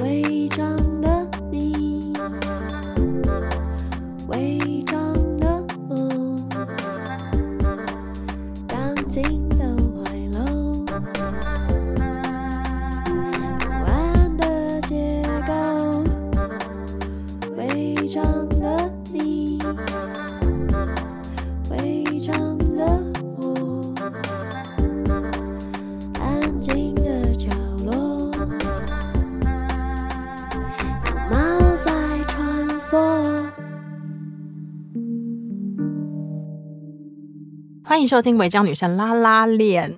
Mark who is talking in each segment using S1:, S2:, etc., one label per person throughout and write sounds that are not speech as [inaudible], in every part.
S1: 违章的你，违章的我，钢筋的怀楼，不安的结构，违章的你，违章的我，安静的角落。有猫在穿梭。
S2: 欢迎收听《违章女生拉拉链》。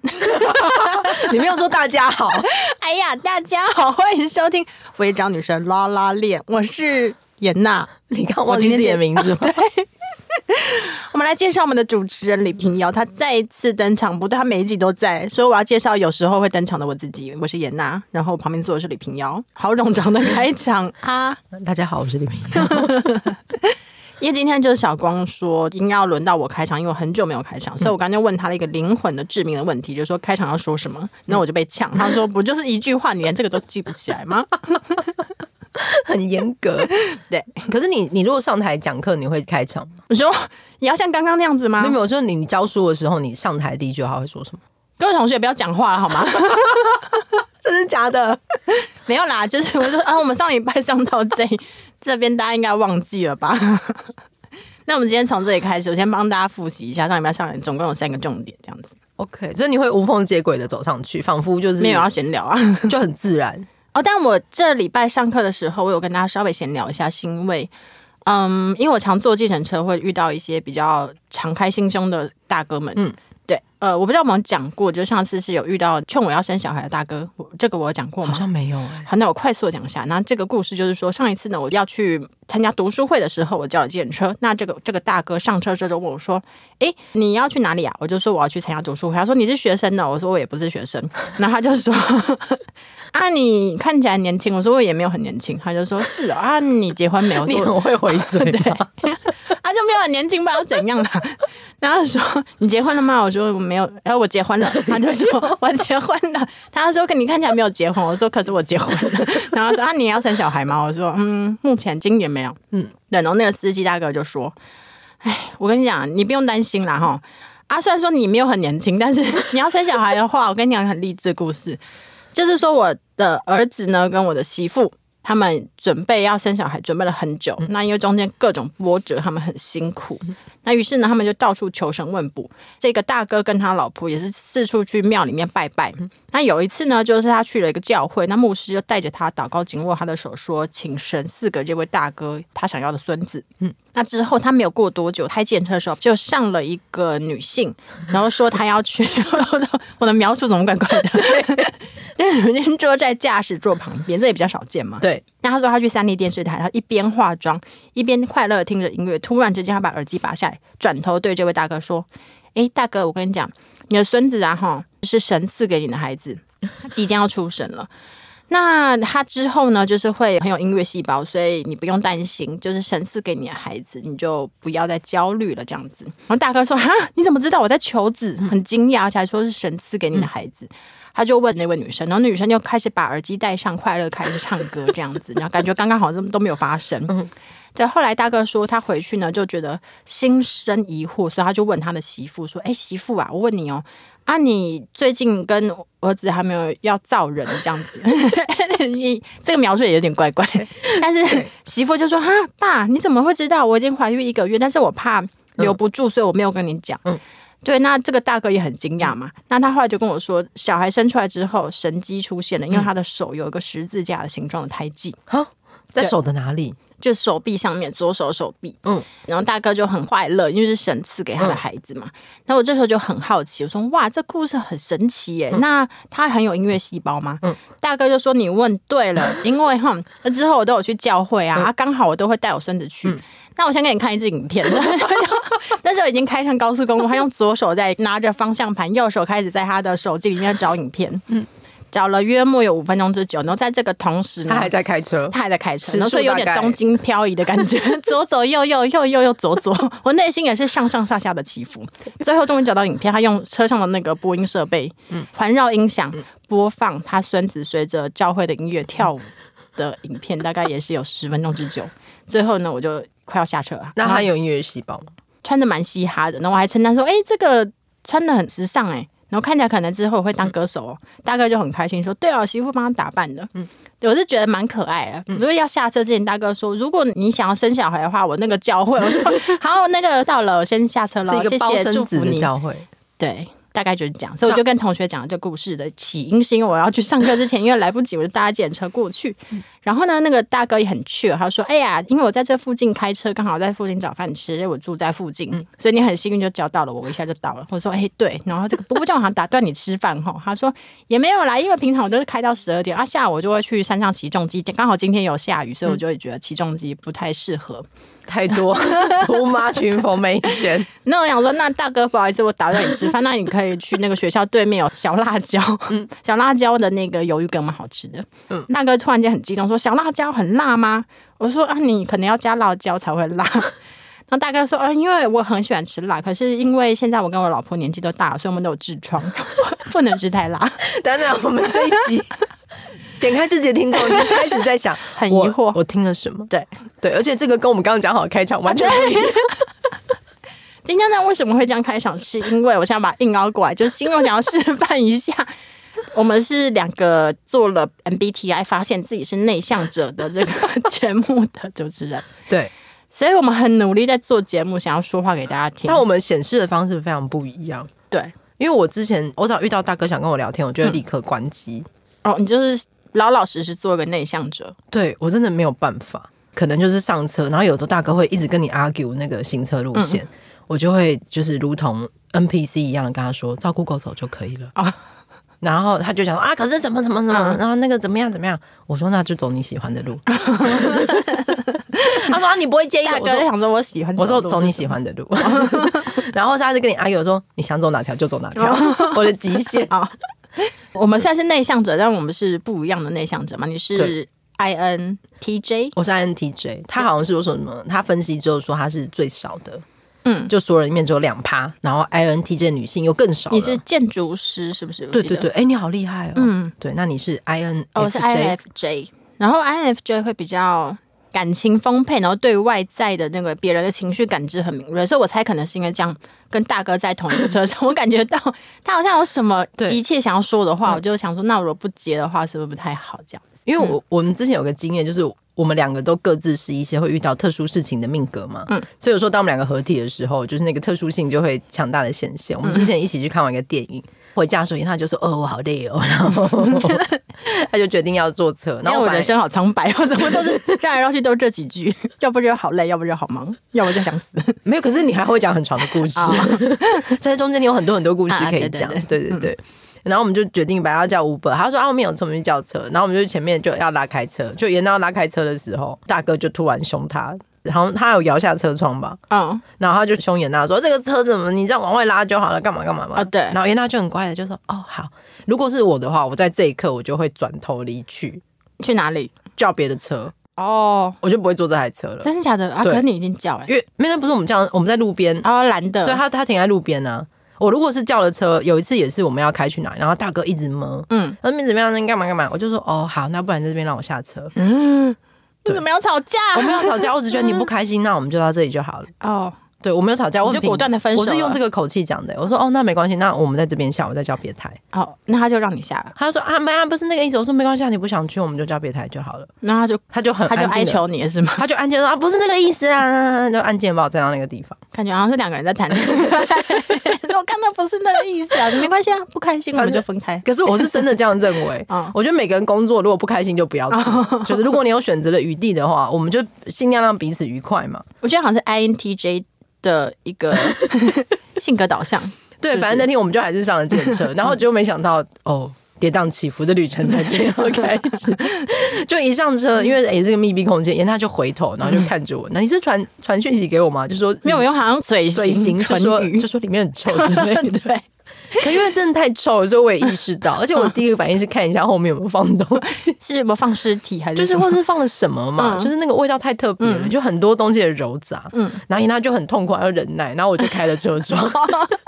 S3: [laughs] 你没有说大家好，
S2: [laughs] 哎呀，大家好，欢迎收听《违章女生拉拉链》，我是严娜。
S3: 你刚忘记自己的名字吗？ [laughs]
S2: 我们来介绍我们的主持人李平遥，她再一次登场，不对，她每一集都在，所以我要介绍有时候会登场的我自己，我是严娜，然后我旁边坐的是李平遥，好冗长的开 [laughs] 场啊！
S3: 大家好，我是李平。
S2: 因为今天就是小光说应该要轮到我开场，因为我很久没有开场，所以我刚才问他了一个灵魂的致命的问题，就是说开场要说什么，那我就被呛，他说不就是一句话，你连这个都记不起来吗？
S3: [laughs] 很严 [laughs] 格。
S2: 对，
S3: 可是你，你如果上台讲课，你会开场吗？
S2: 我说你要像刚刚那样子吗？
S3: 没有，我说你教书的时候，你上台第一句话会说什么？
S2: 各位同学不要讲话了好
S3: [laughs]
S2: 吗？
S3: 真的假的？
S2: 没有啦，就是我说啊，我们上礼拜上到这这边，大家应该忘记了吧？ [laughs] 那我们今天从这里开始，我先帮大家复习一下上礼拜上来总共有三个重点，这样子
S3: [laughs] OK，所以你会无缝接轨的走上去，仿佛就是
S2: 没有要闲聊啊。
S3: 就很自然。
S2: 哦，但我这礼拜上课的时候，我有跟大家稍微闲聊一下，是因为，嗯，因为我常坐计程车，会遇到一些比较敞开心胸的大哥们，
S3: 嗯
S2: 嗯，对，呃，我不知道有没有讲过，就上次是有遇到劝我要生小孩的大哥，我这个我有讲过
S3: [laughs] 好
S2: 吗？
S3: 像没有哎、
S2: 好，那我快速地讲一下。那这个故事就是说，上一次呢，我要去参加读书会的时候，我叫了计程车。那这个这个大哥上车之后就问我说：“诶，你要去哪里啊？”我就说我要去参加读书会。他说：“你是学生呢？”我说：“我也不是学生。” [laughs] 然后他就说：“啊，你看起来年轻。”我说：“我也没有很年轻。”他就说：“是哦啊，你结婚没有？”我
S3: [laughs] 你
S2: 说
S3: 很会回嘴
S2: 对
S3: 啊，
S2: [laughs] 啊，就没有很年轻，不知道怎样了。 [laughs] 然后他说你结婚了吗？我说我没有，哎、我结婚了。他就说我结婚了。他说可你看起来没有结婚。我说可是我结婚了。 [laughs] 然后他说啊，你要生小孩吗？我说嗯，目前今年没有。
S3: 嗯
S2: 嗯，对。然后那个司机大哥就说，哎，我跟你讲，你不用担心啦，哈。啊，虽然说你没有很年轻，但是你要生小孩的话，我跟你讲很励志的故事，就是说我的儿子呢跟我的媳妇。他们准备要生小孩，准备了很久。那因为中间各种波折，他们很辛苦。那于是呢，他们就到处求神问卜。这个大哥跟他老婆也是四处去庙里面拜拜。那有一次呢，就是他去了一个教会，那牧师就带着他祷告，紧握他的手说：“请神赐给这位大哥他想要的孙子。”嗯，那之后他没有过多久，开检车的时候就上了一个女性，然后说他要去， [laughs] 我的我的描述怎么怪怪的？就是人坐在驾驶座旁边，这也比较少见嘛。
S3: [laughs] 对，
S2: 那他说他去三立电视台，他一边化妆一边快乐地听着音乐，突然之间他把耳机拔下来，转头对这位大哥说：“诶，大哥，我跟你讲，你的孙子啊，哈，是神赐给你的孩子，他 [laughs] 即将要出生了。” [laughs] 那他之后呢，就是会很有音乐细胞，所以你不用担心，就是神赐给你的孩子，你就不要再焦虑了，这样子。然后大哥说：“哈，你怎么知道我在求子？”很惊讶，而且还说是神赐给你的孩子。他就问那位女生，然后女生就开始把耳机戴上，快乐开始唱歌这样子，然后感觉刚刚好像都没有发生。 [laughs] 对，后来大哥说他回去呢就觉得心生疑惑，所以他就问他的媳妇说：“哎，媳妇啊，我问你哦，啊，你最近跟儿子还没有要造人这样子？ [laughs] 你这个描述也有点怪怪。”但是 [laughs] 媳妇就说：“哈，爸，你怎么会知道我已经怀孕一个月？但是我怕留不住，所以我没有跟你讲。”
S3: 嗯
S2: 对，那这个大哥也很惊讶嘛。那他后来就跟我说，小孩生出来之后，神机出现了，因为他的手有一个十字架的形状的胎记，
S3: 哈，在
S2: 对
S3: 手的哪里？
S2: 就手臂上面，左手手臂。
S3: 嗯，
S2: 然后大哥就很快乐，因为是神赐给他的孩子嘛。
S3: 嗯
S2: 那我这时候就很好奇，我说：“哇，这故事很神奇耶！那他很有音乐细胞吗？”
S3: 嗯
S2: 大哥就说：“你问对
S3: [laughs]
S2: 了，因为哈，那之后我都有去教会
S3: 嗯
S2: 啊，啊，刚好我都会带我孙子去。那我先给你看一支影片， [laughs] 那时候已经开上高速公路，他用左手在拿着方向盘，右手开始在他的手机里面找影片。嗯，找了约莫有五分钟之久，然后在这个同时呢，
S3: 他还在开车，
S2: 他还在开车，
S3: 时
S2: 然后所以有
S3: 速大
S2: 点
S3: 概
S2: 东京漂移的感
S3: [laughs]
S2: 觉，左左右右右右右左左，我内心也是上上下下的起伏。最后终于找到影片，他用车上的那个播音设备，
S3: 嗯
S2: 环绕音响播放他孙子随着教会的音乐跳舞
S3: [laughs]
S2: 的影片，大概也是有十分钟之久。最后呢，我就快要下车了，
S3: 那
S2: 然后
S3: 他有音乐细胞吗？
S2: 穿的蛮嘻哈的，然后我还称赞说：“哎、这个穿的很时尚哎、然后看起来可能之后会
S3: 嗯
S2: 当歌手哦。大哥就很开心说：“对啊，媳妇帮他打扮的。”嗯，我是觉得蛮可爱的。
S3: 嗯
S2: 如果要下车之前，大哥说：“如果你想要生小孩的话，我那个教会。”我说：“ [laughs] 好，那个到了，我先下车
S3: 是
S2: 了，
S3: 一
S2: 谢
S3: 个包
S2: 谢，祝
S3: 生子
S2: 福
S3: 的
S2: 你。
S3: 教会，”
S2: 对。大概就是这样，所以我就跟同学讲了这故事的起因，是因为我要去上课之前，因为来不及，我就搭计程车过去。然后呢，那个大哥也很 chill，他说：“哎呀，因为我在这附近开车，刚好在附近找饭吃，因为我住在附近，所以你很幸运就交到了我，我一下就到了。”我说：“哎，对。”然后这个不过就好像打断你吃饭吼，他说哎也没有啦，因为平常我都是开到十二点，啊，下午我就会去山上骑重机，刚好今天有下雨，所以我就会觉得骑重机不太适合。
S3: 太 [laughs] 多 too much information。
S2: 那我想说，那大哥，不好意思，我打断你吃饭，那你可以去那个学校对面有小辣椒， [laughs] 小辣椒的那个鱿鱼羹蛮好吃的。
S3: 嗯
S2: 大哥突然间很激动，说小辣椒很辣吗？我说啊，你可能要加辣椒才会辣。 [laughs] 然后大哥说啊，因为我很喜欢吃辣，可是因为现在我跟我老婆年纪都大了，所以我们都有痔疮， [laughs] 不能吃太辣。
S3: [laughs] 当然，我们这一
S2: [laughs]
S3: 集点开这节听众，你就开始在想，
S2: 很疑
S3: 我
S2: 惑
S3: 我听了什么？
S2: 对，
S3: 对，而且这个跟我们刚刚讲好的开场完全不一
S2: 啊
S3: 样。
S2: 今天呢，为什么会这样开场？是因为我想把它硬凹过来，就是因为我想要示范一下，我们是两个做了 MBTI 发现自己是内向者的这个节目的主持人，
S3: 对，
S2: 所以我们很努力在做节目，想要说话给大家听。
S3: 但我们显示的方式非常不一样。
S2: 对
S3: 因为我之前我只要遇到大哥想跟我聊天，我就会立刻关机。
S2: 哦，你就是老老实实做一个内向者，
S3: 对我真的没有办法，可能就是上车，然后有时候大哥会一直跟你 argue 那个行车路
S2: 嗯
S3: 线，我就会就是如同 NPC 一样跟他说照顾狗手就可以了
S2: 啊
S3: 然后他就讲说啊，可是怎么怎么怎
S2: 嗯
S3: 么，然后那个怎么样怎么样，我说那就走你喜欢的路。 [laughs] 他说啊，你不会介意
S2: 大
S3: 我
S2: 哥
S3: 说
S2: 想说我喜欢
S3: 我
S2: 走路是什么，
S3: 说走你喜欢的 [laughs] 路，然后他就跟你 argue 说你想走哪条就走哪条，
S2: 哦
S3: [laughs] 我的极
S2: [laughs]
S3: 限。
S2: 啊。我们虽然是内向者，但我们是不一样的内向者嘛。你是
S3: 对
S2: INTJ，
S3: 我是 INTJ，他好像是有什么，他分析之后说他是最少的，
S2: 嗯，
S3: 就所有人里面只有两趴，然后 INTJ 女性又更少了。
S2: 你是建筑师是不是？我
S3: 对
S2: 记
S3: 对
S2: 得
S3: 对，哎、你好厉害哦，
S2: 嗯，
S3: 对，那你是 INFJ，、
S2: 哦，我是 INFJ，然后 INFJ 会比较感情丰沛，然后对外在的那个别人的情绪感知很敏锐，所以我猜可能是因为这样跟大哥在同一个车上，我感觉到他好像有什么
S3: [laughs] 对
S2: 急切想要说的话，我就想说，那我如果不接的话，是不是不太好？这样
S3: 因为我、
S2: 嗯
S3: 我们之前有个经验，就是我们两个都各自是一些会遇到特殊事情的命格嘛，
S2: 嗯，
S3: 所以有时候当我们两个合体的时候，就是那个特殊性就会强大的显现。我们之前一起去看完一个电影，回家的时候，他就说：“哦，我好累哦。”然后 [laughs] 他就决定要坐车，然
S2: 因为
S3: 后
S2: 我
S3: 本来
S2: 人生好苍白，我怎么都是绕来绕去都这几
S3: [laughs]
S2: 句，要不就好累，要不就好忙，要不就想死。
S3: 没有，可是你还会讲很长的故事， [laughs] 在中间你有很多很多故事可以讲，
S2: 哦啊对
S3: 对对对。然后我们就决定把他叫 Uber，他说啊，我们有车，我们去叫车。然后我们就前面就要拉开车，就延到拉开车的时候，大哥就突然凶他，然后他有摇下车窗吧，
S2: 嗯，
S3: 然后他就凶严娜说：“这个车怎么你这样往外拉就好了，干嘛干嘛嘛。
S2: 啊对
S3: 然后严娜就很乖的就说：“哦好，如果是我的话，我在这一刻我就会转头离去，
S2: 去哪里？
S3: 叫别的车，
S2: 哦，
S3: 我就不会坐这台车了，
S2: 真的假的？啊，
S3: 对
S2: 可是你已经叫了，
S3: 因为那天不是我们这样，我们在路边
S2: 哦，蓝的，
S3: 对他，他停在路边啊。我如果是叫了车，有一次也是我们要开去哪里，然后大哥一直摸，
S2: 嗯
S3: 那边怎么样？那干嘛干嘛？我就说哦好，那不然在这边让我下车。
S2: 嗯，
S3: 对
S2: 你怎么要吵架？
S3: 我没有吵架，我只觉得你不开心，那我们就到这里就好了。
S2: 哦，
S3: 对我没有吵架，我
S2: 你就
S3: 很平
S2: 果断地分手
S3: 我是用
S2: 了
S3: 这个口气讲的，我说哦那没关系，那我们在这边下，我再叫别台。
S2: 哦，那他就让你下了，
S3: 他就说啊没啊不是那个意思，我说没关系，啊，你不想去我们就叫别台就好了。
S2: 那他就
S3: 他就很呃
S2: 他就
S3: 安静
S2: 哀
S3: 地，
S2: 求你是吗？
S3: 他就按键说啊不是那个意思啊，就按键把我站到那个地方。
S2: 感觉好像是两个人在谈恋
S3: [laughs]
S2: 爱。我刚才不是那个意思啊，没关系啊，不开心我们
S3: 反
S2: 就
S3: 正
S2: 分开。
S3: 可是我是真的这样认
S2: [laughs]
S3: 为
S2: 嗯，
S3: 我觉得每个人工作如果不开心就不要
S2: 哦
S3: 做，就是如果你有选择的余地的话，我们就尽量让彼此愉快嘛。
S2: 我觉得好像是 INTJ 的一
S3: [laughs]
S2: 个性格导向，
S3: 对，反正那天我们就还是上了电
S2: [laughs]
S3: 车，然后就没想到哦。跌宕起伏的旅程才这样 [laughs] 开
S2: [laughs]
S3: 始，就一上车，因为也是个密闭空间，然后他就回头，然后就看着我，那你是传传讯息给我吗？就说
S2: [laughs] 没有，我
S3: 用，
S2: 用好像嘴
S3: 嘴型
S2: 唇
S3: 就说
S2: 语
S3: 就，说里面很臭之类的。
S2: [laughs] 对，
S3: 可因为真的太臭了，所以我也意识到，而且我第一个反应是看一下后面有没有放东西，
S2: 是什么放尸体还是
S3: 就是
S2: 什么
S3: 或是放了什么嘛，
S2: 嗯
S3: 就是那个味道太特别了，
S2: 嗯
S3: 就很多东西的揉杂，
S2: 嗯
S3: 然后伊娜就很痛苦，还要忍耐，然后我就开了车哎窗， [laughs]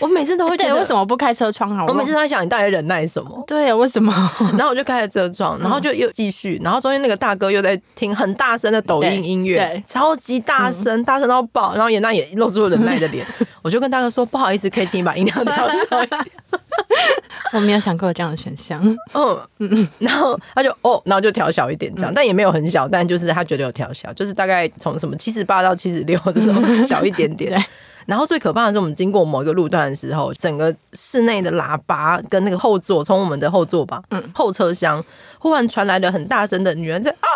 S3: 我每次都会觉
S2: 对，
S3: 得
S2: 为什么不开车窗啊？
S3: 我每次
S2: 问
S3: 都在想你到底在忍耐什么。
S2: 对，为什么？ [laughs]
S3: 然后我就开了车窗，然后就又继续，然后中间那个大哥又在听很大声的抖音音
S2: 对
S3: 乐
S2: 对，
S3: 超级大声，大声到爆，然后严娜也露出了忍耐的 [laughs] 脸，我就跟大哥说不好意思，可以请你把音量调小一点。
S2: 我没有想过有这样的选项。
S3: 嗯嗯，然后他就哦，然后就调小一点这样，但也没有很小，但就是他觉得有调小，就是大概从什么七十八到七十六这 [laughs] 种小一点点。然后最可怕的是，我们经过某一个路段的时候，整个室内的喇叭跟那个后座，从我们的后座吧，
S2: 嗯
S3: 后车厢忽然传来了很大声的女人在啊，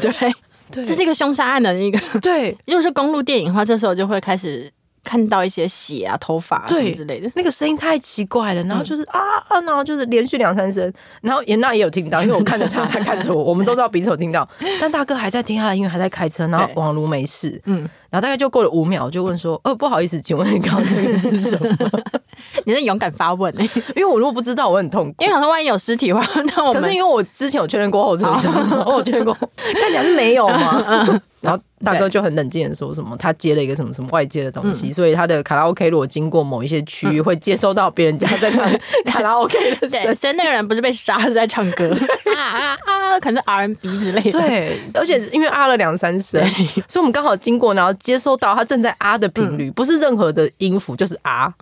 S2: 对，
S3: [laughs]
S2: [laughs]
S3: 对
S2: 这是一个凶杀案的一个。
S3: 对
S2: 如果是公路电影的话，这时候就会开始看到一些血啊、头发、啊、什么
S3: 对
S2: 之类的。嗯
S3: 那个声音太奇怪了，然后就是、啊啊，然后就是连续两三声，然后严娜也有听到，因为我看着她，她看着我，我们都知道彼此有
S2: [laughs]
S3: 听到，但大哥还在听他的音乐，还在开车，然后
S2: 对
S3: 宛如没事，
S2: 嗯，
S3: 然后大概就过了五秒，我就问说：“呃，不好意思，请问刚刚那个是什么 [laughs]
S2: 你是勇敢发问、欸，？”
S3: 因为我如果不知道，我很痛苦
S2: 因为。想说万一有尸体的话，那我
S3: 可
S2: 们
S3: 是因为我之前有确认过后车厢，然 [laughs] 后我确认过，哦看起来是没有 [laughs] 嘛。然后大哥就很冷静的说什么，他接了一个什么什么外接的东西，所以他的卡拉 OK 如果经过某一些区域，会接收到别人家在唱卡拉 OK 的
S2: 对，
S3: 声。
S2: 所以那个人不是被杀，是在唱歌啊啊啊，可能是 R N B 之类的。
S3: [laughs] 对，而且因为啊了两三声，所以我们刚好经过，然后接收到他正在啊的频率，不是任何的音符，就是啊。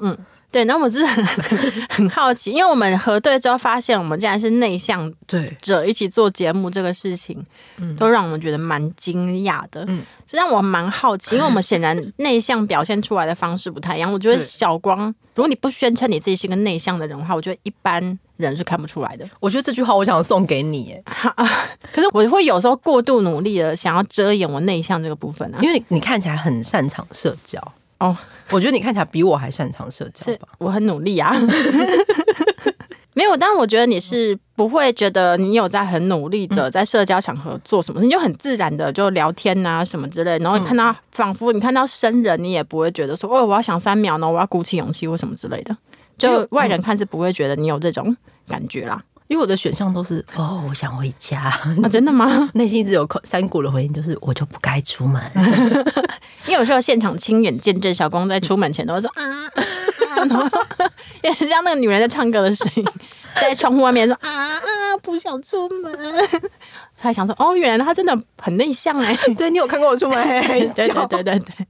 S2: 对，那我真的很很好奇，因为我们核对之后发现，我们竟然是内向
S3: 对，
S2: 者一起做节目这个事情，都让我们觉得蛮惊讶的。
S3: 嗯
S2: 所以让我蛮好奇，因为我们显
S3: [laughs]
S2: 然内向表现出来的方式不太一样。我觉得
S3: 对
S2: 小光，如果你不宣称你自己是一个内向的人的话，我觉得一般人是看不出来的。
S3: 我觉得这句话我想送给你，哎。
S2: 可是我会有时候过度努力的想要遮掩我内向这个部分啊。
S3: 因为你看起来很擅长社交，
S2: 哦，
S3: 我觉得你看起来比我还擅长社交
S2: 是
S3: 吧。
S2: 我很努力啊。 [laughs] 没有，但我觉得你是不会觉得你有在很努力的在社交场合做什么，你就很自然的就聊天啊什么之类，然后你看到仿佛你看到生人，你也不会觉得说哦我要想三秒呢，然后我要鼓起勇气或什么之类的，
S3: 因
S2: 就
S3: 为
S2: 外人看是不会觉得你有这种感觉啦。
S3: 因为我的选项都是哦，我想回家， [laughs]
S2: 啊，真的吗？
S3: 内心一直有三股的回应，就是我就不该出门。
S2: 因为有时候现场亲眼见证小光在出门前都会说啊，啊啊然后也很像那个女人在唱歌的声音，在窗户外面说啊啊，不想出门。他还想说哦，原来他真的很内向哎、
S3: [laughs] [laughs] 对你有看过我出门嘿嘿
S2: 对
S3: 笑
S2: 对对对对，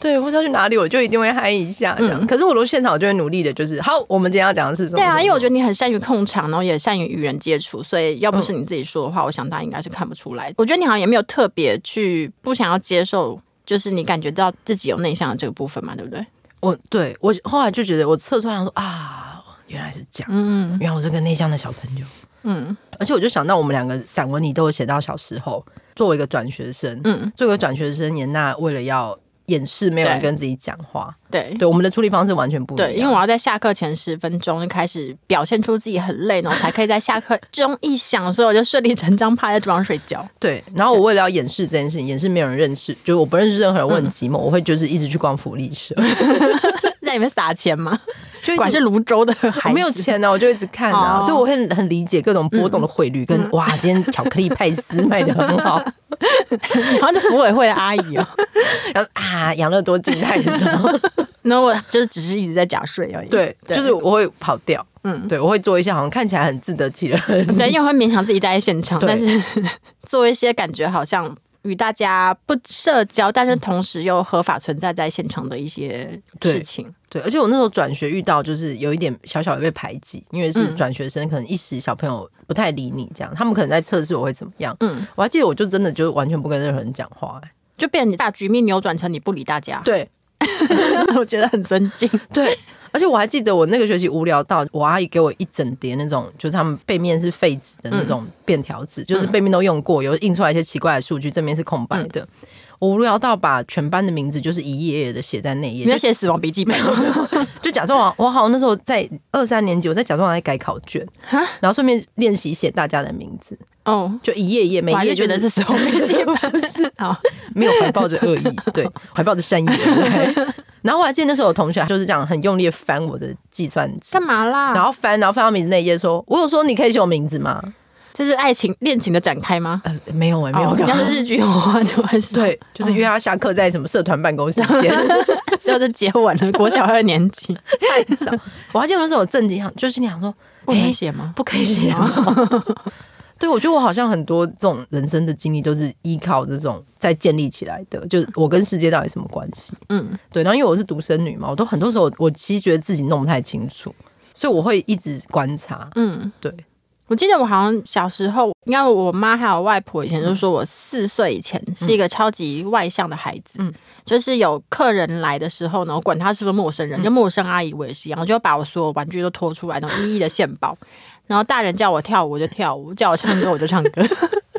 S3: 对，或者要去哪里，我就一定会嗨一下这样。
S2: 嗯
S3: 可是我如果现场，我就会努力的，就是好，我们今天要讲的是什么？
S2: 对啊，因为我觉
S3: 得
S2: 得你很善于控场，然后也善于与人接触，所以要不是你自己说的话，我想大家应该是看不出来。我觉得你好像也没有特别去不想要接受，就是你感觉到自己有内向的这个部分嘛，对不对？
S3: 我对我后来就觉得，我测出来想说啊，原来是这样，
S2: 嗯
S3: 原来我是个内向的小朋友。
S2: 嗯
S3: 而且我就想到我们两个散文里都有写到小时候，作为一个转学生，
S2: 嗯，
S3: 作为一个转学生，严娜为了要掩饰，没有人
S2: 对
S3: 跟自己讲话，
S2: 对
S3: 对我们的处理方式完全不一样。
S2: 对，因为我要在下课前十分钟就开始表现出自己很累，然后才可以在下课钟一响的时候，我就顺理成章趴在桌上睡
S3: [laughs]
S2: 觉。
S3: 对，然后我为了要掩饰这件事情，掩饰没有人认识，就是我不认识任何人，我
S2: 嗯
S3: 很寂寞，我会就是一直去逛福利社，
S2: 在里面撒钱吗？
S3: [laughs] 就一直
S2: 管嗯是泸州的
S3: 我
S2: 孩
S3: 没有
S2: 子，
S3: 钱呢、我就一直看啊，
S2: 哦嗯
S3: 所以我会很很理解各种波动的汇率，跟哇，今天巧克力派丝卖的
S2: [laughs]
S3: 很好，
S2: 然后就服委会的阿姨哦。
S3: 然后啊，养乐多静态的时候，
S2: 然后我就是只是一直在假睡而已。
S3: 对， [laughs] 就是我会跑掉，
S2: 嗯。
S3: 对我会做一些好像看起来很自得其乐的事
S2: 对，因
S3: 情，
S2: 为会勉强自己待在现场，
S3: 对
S2: 但是 [laughs] 做一些感觉好像与大家不社交，但是同时又合法存在在现场的一些
S3: 嗯对
S2: 事情。
S3: 对，而且我那时候转学遇到就是有一点小小的被排挤，因为是
S2: 嗯
S3: 转学生，可能一时小朋友不太理你这样，他们可能在测试我会怎么样。
S2: 嗯，
S3: 我还记得，我就真的就完全不跟任何人讲话、欸
S2: 就变成你把局面扭转成你不理大家，
S3: 对
S2: [laughs] 我觉得很尊敬。
S3: 对， [laughs] 而且我还记得我那个学期无聊到，我阿姨给我一整叠那种，就是他们背面是废纸的那种便条纸，
S2: 嗯
S3: 就是背面都用过，有印出来一些奇怪的数据，正面是空白的。
S2: 嗯
S3: 我无聊到把全班的名字就是一页页的写在内页，
S2: 你在写死亡笔记本吗？
S3: 就假装我我好像那时候在二三年级，我在假装我在改考卷，然后顺便练习写大家的名字，
S2: 哦，
S3: 就一页一页，每
S2: 我
S3: 一
S2: 还
S3: 页
S2: 是
S3: 就
S2: 觉得是死 [laughs]
S3: [laughs]
S2: 亡笔记本是啊，
S3: 没有怀抱着恶意，对，怀抱着善意而来。然后我还记得那时候有同学就是这样很用力地翻我的计算机
S2: 干，嘛啦？
S3: 然后翻，然后翻到名字那一页，说：“我有说你可以写我名字吗
S2: 这是爱情恋情的展开吗？”？
S3: 呃，没有哎、没有
S2: 哦
S3: 干嘛。
S2: 要是日剧的话就会是， [laughs]
S3: [laughs] 对，就是约他下课在什么社团办公室见。 [laughs]
S2: 就是接吻了，国小二年 [laughs] 级，
S3: 太早。我还记得那时候我震惊，就是你想说，
S2: 不能
S3: 哎
S2: 写吗？
S3: 不可以写哦吗。 [laughs] 对，我觉得我好像很多这种人生的经历都是依靠这种在建立起来的，就是我跟世界到底什么关系？
S2: 嗯，
S3: 对，然后因为我是独生女嘛，我都很多时候我我其实觉得自己弄不太清楚，所以我会一直观察。
S2: 嗯，
S3: 对，
S2: 我记得我好像小时候，应该我妈还有外婆以前就说我四岁以前是一个超级外向的孩子，
S3: 嗯
S2: 就是有客人来的时候呢，我管他是不是陌
S3: 嗯
S2: 生人，就陌生阿姨我也是一样，我就把我所有玩具都拖出来，然后一一的献宝，然后大人叫我跳舞我就跳舞，叫我唱歌我就唱歌。 [laughs]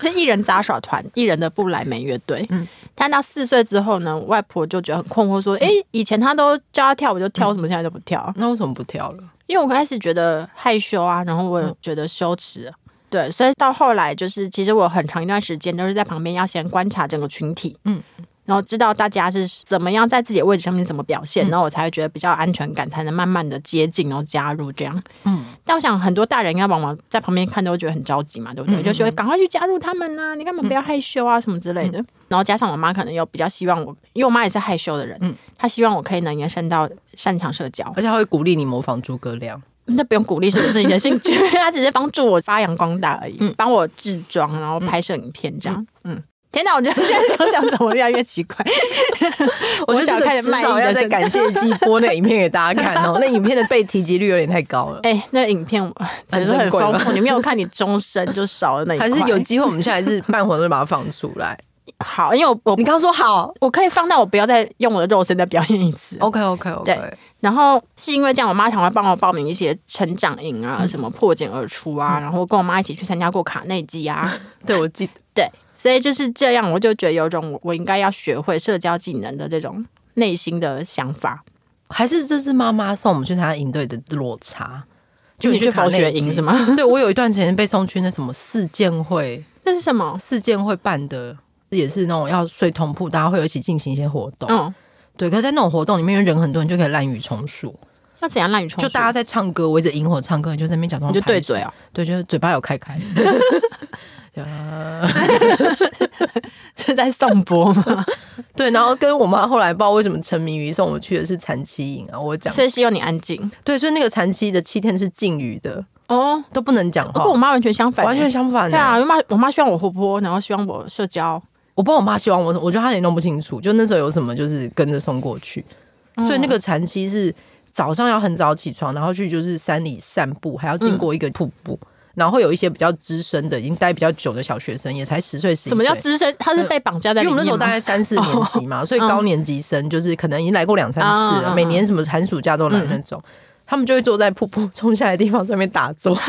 S2: 就一人杂耍团，一人的布莱梅乐队。
S3: 嗯
S2: 但到四岁之后呢，我外婆就觉得很困惑，说：“诶、以前她都叫她跳舞就
S3: 嗯
S2: 跳，为什么现在都不跳？”
S3: 那为什么不跳了？
S2: 因为我开始觉得害羞啊，然后我
S3: 嗯
S2: 也觉得羞耻，对，所以到后来就是，其实我很长一段时间都是在旁边要先观察整个群体，
S3: 嗯，
S2: 然后知道大家是怎么样在自己的位置上面怎么表现，
S3: 嗯
S2: 然后我才会觉得比较有安全感，才能慢慢的接近，然后加入这样。
S3: 嗯，
S2: 但我想很多大人应该往往在旁边看都会觉得很着急嘛，对不对？
S3: 嗯
S2: 就觉得赶快去加入他们呐、你干嘛不要害羞啊、什么之类的。然后加上我妈可能又比较希望我，因为我妈也是害羞的人，
S3: 嗯
S2: 她希望我可以能延伸到擅长社交，
S3: 而且他会鼓励你模仿诸葛亮。
S2: 那不用鼓励是我自己的兴
S3: [laughs]
S2: 趣，他只是帮助我发扬光大而已
S3: 嗯，
S2: 帮、我制装，然后拍摄影片这样。嗯，天哪，我觉得现在想想怎么越来越奇怪。
S3: 我
S2: 我
S3: 觉得
S2: 想
S3: 这
S2: 开
S3: 个
S2: 始
S3: 迟
S2: 卖艺
S3: 早
S2: 的
S3: 要再
S2: 生
S3: 感
S2: [laughs]
S3: 谢季播那影片给大家看哦，那影片的被提及率有点太高了。
S2: 哎、那影片我只是很
S3: 珍贵吗
S2: 丰富，你没有看，你终身就少了那一
S3: [laughs] 还
S2: 块。
S3: 是有机会，我们下一
S2: [laughs]
S3: 次办活动就把它放出来。
S2: 好，因为我我
S3: 你刚
S2: [laughs]
S3: 说好
S2: 我可以放到我不要再用我的肉身再表演一次。
S3: ，OK OK
S2: 对
S3: OK，
S2: 然后是因为这样，我妈常会帮我报名一些成长营啊，
S3: 嗯
S2: 什么破茧而出啊，然后跟我妈一起去参加过卡内基啊，
S3: 对，我记得。
S2: 对，所以就是这样，我就觉得有种我我应该要学会社交技能的这种内心的想法。
S3: 还是这是妈妈送我们去参加营队的落差，
S2: 就你去
S3: 考
S2: 佛学营是？吗？
S3: [laughs] 对，我有一段时间被送去那什么四建会，
S2: 这是什么？
S3: 四建哦会办的也是那种要睡同铺，大家会一起进行一些活动。
S2: 嗯，
S3: 对，可是在那种活动里面，因为人很多，你就可以滥竽充数，
S2: 要怎样滥竽充数？
S3: 就大家在唱歌，围着萤火唱歌，你就在那边假装
S2: 你就对
S3: 拍手
S2: 嘴哦，
S3: 对，就是嘴巴有开开。 [laughs] 啊
S2: 是在颂钵吗？
S3: 对，然后跟我妈后来不知道为什么沉迷于送我去的是残期营啊，我讲
S2: 所以希望你安静
S3: 对，所以那个残期的七天是禁语的，
S2: 哦。
S3: 都不能讲
S2: 我
S3: 话
S2: 跟我，妈完全相反、
S3: 哦完全。相反、
S2: 对啊，我妈我妈希望我活泼，然后希望我社交，
S3: 我不知道我妈希望我什么，我觉得她也弄不清楚，就那时候有什么就是跟着送过去，
S2: 嗯
S3: 所以那个禅期是早上要很早起床，然后去就是山里散步，还要经
S2: 嗯
S3: 过一个瀑布，然后会有一些比较资深的，已经待比较久的小学生，也才十岁十一岁。
S2: 什么叫资深？她是被绑架在
S3: 呃因
S2: 里
S3: 为
S2: 面吗哦嗯
S3: 我们那时候大概三四年级嘛，所以高年级生就是可能已经来过两三次
S2: 嗯嗯嗯
S3: 了，每年什么寒暑假都来那种，他们就会坐在瀑布冲下来的地方在那边打坐。
S2: [laughs]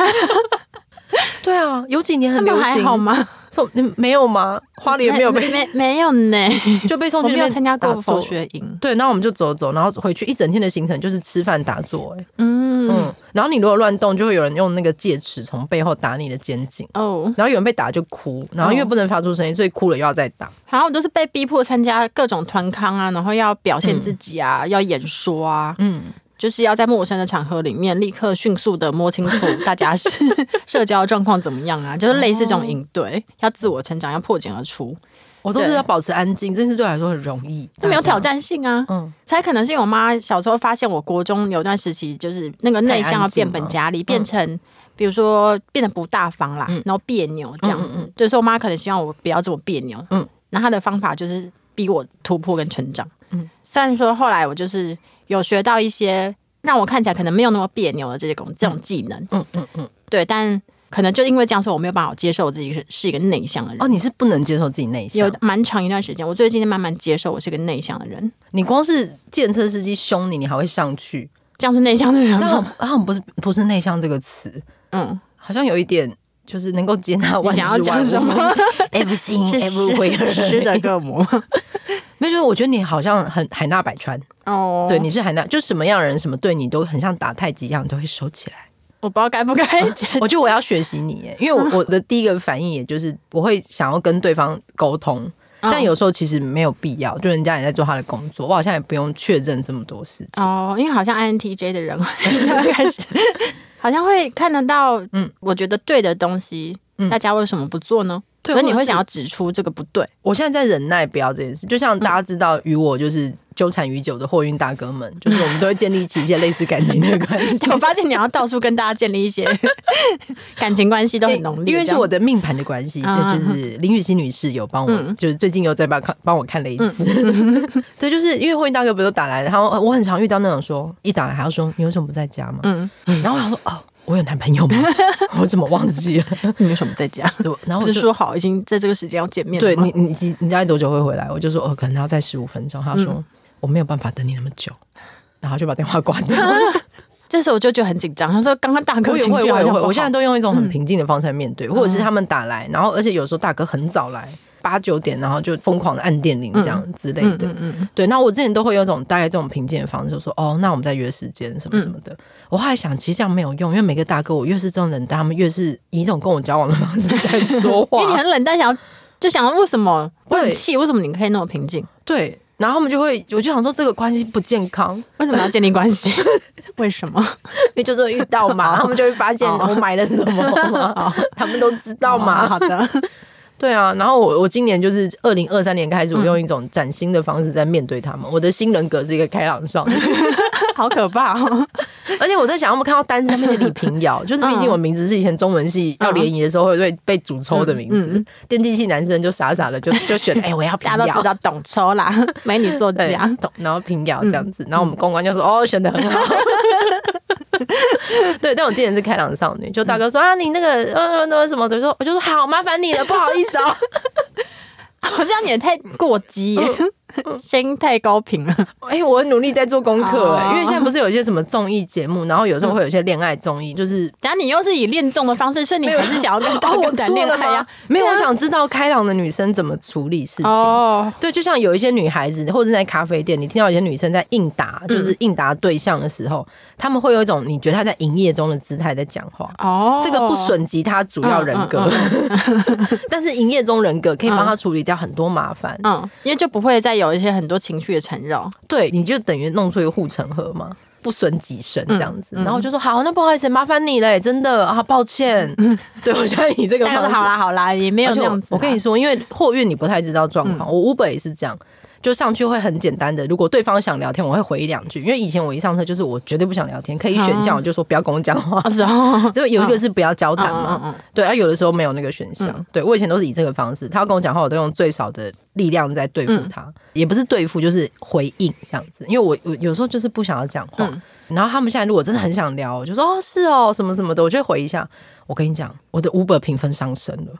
S3: 对啊，有几年
S2: 他
S3: 很
S2: 们
S3: 流
S2: 还
S3: 行，
S2: 好吗？
S3: 送你没有吗？花莲没有被
S2: 没没没有呢，
S3: [laughs] 就被送
S2: 我
S3: 去
S2: 没
S3: 那
S2: 有
S3: 边
S2: 参加过
S3: 打坐
S2: 佛。学营。
S3: 对，然后我们就走走，然后回去一整天的行程就是吃饭打坐、欸，
S2: 嗯
S3: 嗯，然后你如果乱动，就会有人用那个戒尺从背后打你的肩颈，
S2: 哦，
S3: 然后有人被打就哭，然后因为不能发出声音，所以哭了又要再打。
S2: 然后我都是被逼迫参加各种团康啊，然后要表现自己啊，要演说啊，
S3: 嗯，
S2: 就是要在陌生的场合里面立刻迅速的摸清楚大家是 [laughs] 社交状况怎么样啊，就是类似这种应对，要自我成长，要破茧而出，
S3: 我都是
S2: 对
S3: 要保持安静，这件事对我来说很容易，
S2: 这没有挑。战性啊。
S3: 嗯，
S2: 才可能是因为我妈小时候发现我国中有段时期就是那个内向要变本加厉，
S3: 太安
S2: 变
S3: 静
S2: 成、比如说变得不大方啦，
S3: 嗯
S2: 然后别扭这样子。
S3: 嗯嗯嗯
S2: 对，所以我妈可能希望我不要这么别扭。嗯
S3: 嗯，
S2: 那她的方法就是逼我突破跟成长。嗯
S3: 嗯，
S2: 虽然说后来我就是有学到一些让我看起来可能没有那么别扭的这种这种技能，
S3: 嗯嗯嗯。
S2: 对，但可能就因为这样说，我没有办法接受我自己是是一个内向的人。
S3: 哦，你是不啊能接受自己内
S2: 有
S3: 向。
S2: 蛮长一段时间，我最近在慢慢接受我是个内向的人，
S3: 你光是见车司机凶你，你还会上去，
S2: 这样是内向的人
S3: 这好
S2: 吗？
S3: 像好像不是不是内向这个词，
S2: 嗯。
S3: 好像有一点就是能够接纳万
S2: 你
S3: 事
S2: 想要讲什么
S3: 万物 [laughs]
S2: [laughs]
S3: ？Everything
S2: 是
S3: everywhere
S2: 湿的恶魔。
S3: [laughs] 没有，就是我觉得你好像很海纳百川，
S2: 哦，
S3: 对，你是海纳，就什么样的人，什么对你都很像打太极一样，你都会
S2: [laughs]
S3: 收起来。
S2: 我不知道该不该觉得
S3: 我觉得我 [laughs] 要学习你耶，因为我我的第一个反应也就是我会想要跟对方沟通，
S2: 嗯
S3: 但有时候其实没有必要，就人家也在做他的工作，我好像也不用确认这么多事
S2: [laughs]
S3: 情。
S2: 哦，因为好像 INTJ 的人会开
S3: [laughs]
S2: 始，好像会看得到，嗯
S3: 嗯，
S2: 我觉得对的东西，
S3: 嗯
S2: 大家为什么不做呢？
S3: 对
S2: 所以你
S3: 或者
S2: 会
S3: 是
S2: 想要指出这个不对， [laughs]
S3: 我现在在忍耐不要这件事，就像大家知道与我就是纠缠已久的货运大哥们，就是我们都会建立起一些类似感情的关
S2: [laughs]。
S3: 系
S2: 我发现你要到处跟大家建立
S3: [laughs]
S2: 一些感情关系都很浓烈，
S3: 因为
S2: 这
S3: 是
S2: 样
S3: 我的命盘的关系，
S2: 啊
S3: 对，就是林雨欣女士有帮我，
S2: 嗯
S3: 就是最近又再帮看帮我看了一次。 [laughs]
S2: [laughs]
S3: 对，就是因为霍英大哥不是都打来，然后我很常遇到那种说一打来还要说你为什么不在家吗？
S2: 嗯，
S3: 然后我想说哦，我有男
S2: [laughs]
S3: 朋友吗？我怎么忘记了？
S2: 你为什么在家？
S3: 对，然后
S2: 不
S3: 我
S2: 是
S3: 就
S2: 说好已经在这个时间要见面了
S3: 对
S2: 吗
S3: 你，你你你大概多久会回来？我就说哦，可能要再十五分钟。他说、
S2: 嗯
S3: 我没有办法等你那么久，然后就把电
S2: [laughs]
S3: 话挂掉。
S2: 这时候我就觉得很紧张。他说：“刚刚大哥
S3: [laughs] 我也
S2: 情
S3: 会，
S2: 绪
S3: 我
S2: 好
S3: 也
S2: 像不
S3: 会，
S2: 好嗯
S3: 我现在都用一种很平静的方式来面对，或者是他们打来，然后而且有时候大哥很早来，八九点，然后就疯狂的按电铃这样之类
S2: 嗯
S3: 的。
S2: 嗯嗯，
S3: 对，那我之前都会有一种大概这种平静的方式，就说哦，那我们再约时间什么什么的。
S2: 嗯
S3: 我后来想，其实这样没有用，因为每个大哥，我越是这种冷淡，他们越是以一种跟我交往的方式在说
S2: [laughs]
S3: 话。
S2: 因为你很冷淡，想要就想要为什么我很
S3: 对
S2: 气，为什么你可以那么平静？
S3: 对，然后他们就会，我就想说这个关系不健康，
S2: 为什么要建立关 [laughs] 系？为什么？
S3: 因为就是会遇到嘛，他们就会发现
S2: 哦
S3: 我买了什
S2: [laughs]
S3: 么，他们都知道嘛。
S2: 好 [laughs] 的，
S3: 对啊，然后我我今年就是二零二三年开始，
S2: 嗯
S3: 我用一种崭新的方式在面对他们。我的新人格是一个开朗少年，
S2: 好可怕哦！
S3: [laughs] 而且我在想，他们看到单上面的李平遥，就是毕
S2: 嗯
S3: 竟我名字是以前中文系要联谊的时候会被被主抽的名
S2: 嗯嗯
S3: 字，电机系男生就傻傻的就就选，哎，我要平
S2: 大家都知
S3: 遥。
S2: 道董抽啦， [laughs] 美女作
S3: 对
S2: 家，，
S3: 懂然后平遥这
S2: 嗯
S3: 样子，然后我们公关就说哦，选的很好。 [laughs] 对，但我今年是开朗少女，就大哥说啊，你那个呃呃什么的，我就说我就说好，麻烦你了，不好意思哦。
S2: 好像也太过激，心太高频了。
S3: 哎、我很努力在做功课、哎
S2: 哦
S3: 因为现在不是有一些什么综艺节目，然后有时候会有一些恋爱综艺，就是。哦
S2: 然后你又是以恋综的方式，所以你还是想要跟大哥谈恋爱呀？啊
S3: 没有，我想知道开朗的女生怎么处理事情。
S2: 哦，
S3: 对，就像有一些女孩子，或者是在咖啡店，你听到有些女生在应答，
S2: 嗯
S3: 就是应答对象的时候，她们会有一种你觉得她在营业中的姿态在讲话。
S2: 哦，嗯
S3: 这个不损及她主要人格， [laughs] 但是营业中人格可以帮她处理掉很多麻烦。
S2: 嗯，因为就不会再有一些很多情绪的缠绕。
S3: 对，你就等于弄出一个护城河嘛，不损己身
S2: 嗯
S3: 这样子。然后我就说好，那不好意思，麻烦你嘞，真的啊，抱歉。对我现在以这个
S2: 嗯大
S3: 方
S2: 哥
S3: 式
S2: 说好啦好啦，也没有
S3: 而且
S2: 那
S3: 我
S2: 样子啦。嗯
S3: 我跟你说，因为货运你不太知道状况，我 Uber 也是这样。就上去会很简单的，如果对方想聊天，我会回一两句。因为以前我一上车就是我绝对不想聊天，可以选
S2: 啊
S3: 项我就说不要跟我讲话
S2: 那，时候，
S3: [laughs] 就有一个是不要交谈嘛。
S2: 哦嗯嗯嗯
S3: 对啊，有的时候没有那个选项。对我以前都是以这个方式，他要跟我讲话，我都用最少的力量在对付他，也不是对付，就是回应这样子。因为我我有时候就是不想要讲话，
S2: 嗯
S3: 然后他们现在如果真的很想聊，我就说哦是哦什么什么的，我就会回一下。我跟你讲，我的 Uber 评分上升了。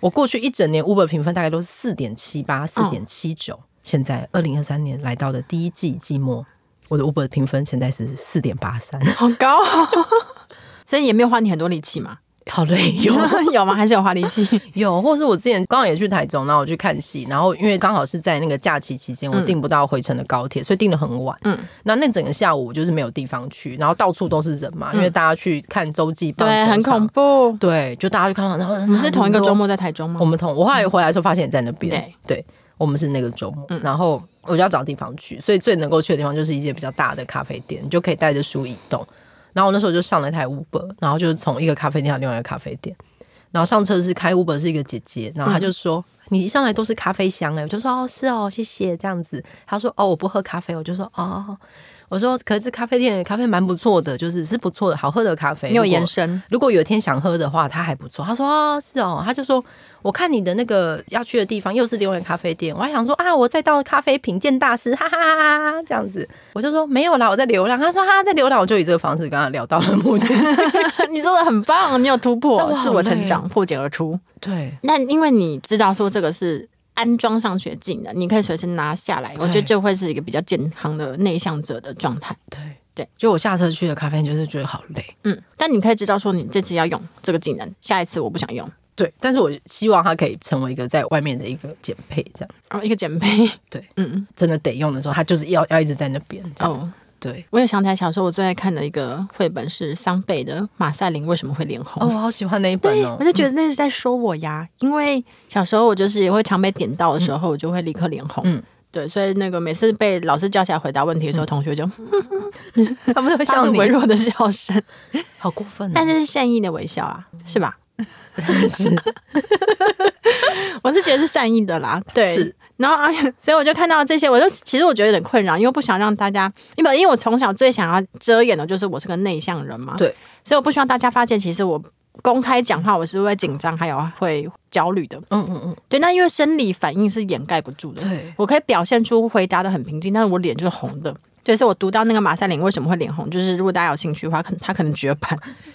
S3: 我过去一整年 Uber 评分大概都是四点七八、四点七九，现在二零二三年来到的第一季季末，我的 Uber 评分现在是四点八三， [laughs]
S2: 好高、哦， [laughs] 所以也没有花你很多力气嘛？
S3: 好累哟、
S2: [laughs] 有吗？还是有花力气？
S3: 有，或是我之前刚好也去台中，然后我去看戏，然后因为刚好是在那个假期期间，我订不到回程的高铁，所以订的很晚。
S2: 嗯
S3: 嗯，那那整个下午我就是没有地方去，然后到处都是人嘛，因为大家去看洲际
S2: [laughs] 嗯
S3: 棒
S2: 对，
S3: 球
S2: 很
S3: 场
S2: 恐。怖。
S3: 对，就大家去看完，然后
S2: 你们是同一个周
S3: 末。
S2: 末在台中吗
S3: 我？们同我后来回来的时候发现你在那边，
S2: 嗯
S3: 对，我们是那个周末，然后我就要找地方去，所以最能够去的地方就是一些比较大的咖啡店，你就可以带着书移动。然后我那时候就上了一台 Uber，然后就是从一个咖啡店到另外一个咖啡店，然后上车是开 Uber 是一个姐姐，然后她就说。你一上来都是咖啡香哎、我就说哦是哦谢谢这样子，她说哦我不喝咖啡，我就说哦，我说可是咖啡店咖啡蛮不错的，就是是不错的好喝的咖啡。
S2: 你有
S3: 如果
S2: 延伸 [laughs]
S3: 如果有一天想喝的话，他还不错。他说哦，是哦，他就说我看你的那个要去的地方又是另外一个咖啡店，我还想说啊，我再到咖啡品鉴大师，哈哈哈哈这样子。我就说没有啦，我在流浪。他说哈在流浪，我就以这个方式跟他聊到了目的。
S2: 你做的很棒，你有突
S3: 但我
S2: 破，
S3: 好
S2: 自我成
S3: 累
S2: 长，破茧而出。
S3: 对，
S2: 那因为你知道说这个是安装上学技能，你可以随时拿下来，我觉得这会是一个比较健康的内向者的状态。
S3: 对
S2: 对，
S3: 就我下车去的咖啡店，就是觉得好累。
S2: 嗯，但你可以知道说你这次要用这个技能，下一次我不想用。
S3: 对，但是我希望他可以成为一个在外面的一个减配，这样
S2: 哦 [laughs] 然后一个减配，
S3: 对
S2: 嗯，
S3: 真的得用的时候，他就是要要一直在那边这样。
S2: 哦，
S3: 对，
S2: 我也想起来小时候我最爱看的一个绘本是桑贝的《马赛琳为什么会脸
S3: 哦，
S2: 红》
S3: 我好喜欢那一本哦，
S2: 我就觉得那是在说我呀，因为小时候我就是也会常被点到的时候，我就会立刻脸红。
S3: 嗯
S2: 对，所以那个每次被老师叫起来回答问题的时候，同学就
S3: 嗯他们都会
S2: 发出
S3: 像你，
S2: 微弱的笑声，
S3: 好过分哦，
S2: 但是是善意的微笑啊，是吧？我是觉得是善意的啦，对。
S3: 是
S2: 然后啊，所以我就看到这些，我就其实我觉得有点困扰，因为不想让大家，因为因为我从小最想要遮掩的就是我是个内向人嘛，
S3: 对，
S2: 所以我不希望大家发现，其实我公开讲话我是会紧张，还有会焦虑的。
S3: 嗯嗯嗯，
S2: 对，那因为生理反应是掩盖不住的，
S3: 对，
S2: 我可以表现出回答的很平静，但是我脸就是红的。对，所以我读到那个马赛琳为什么会脸红，就是如果大家有兴趣的话，可能他可能绝版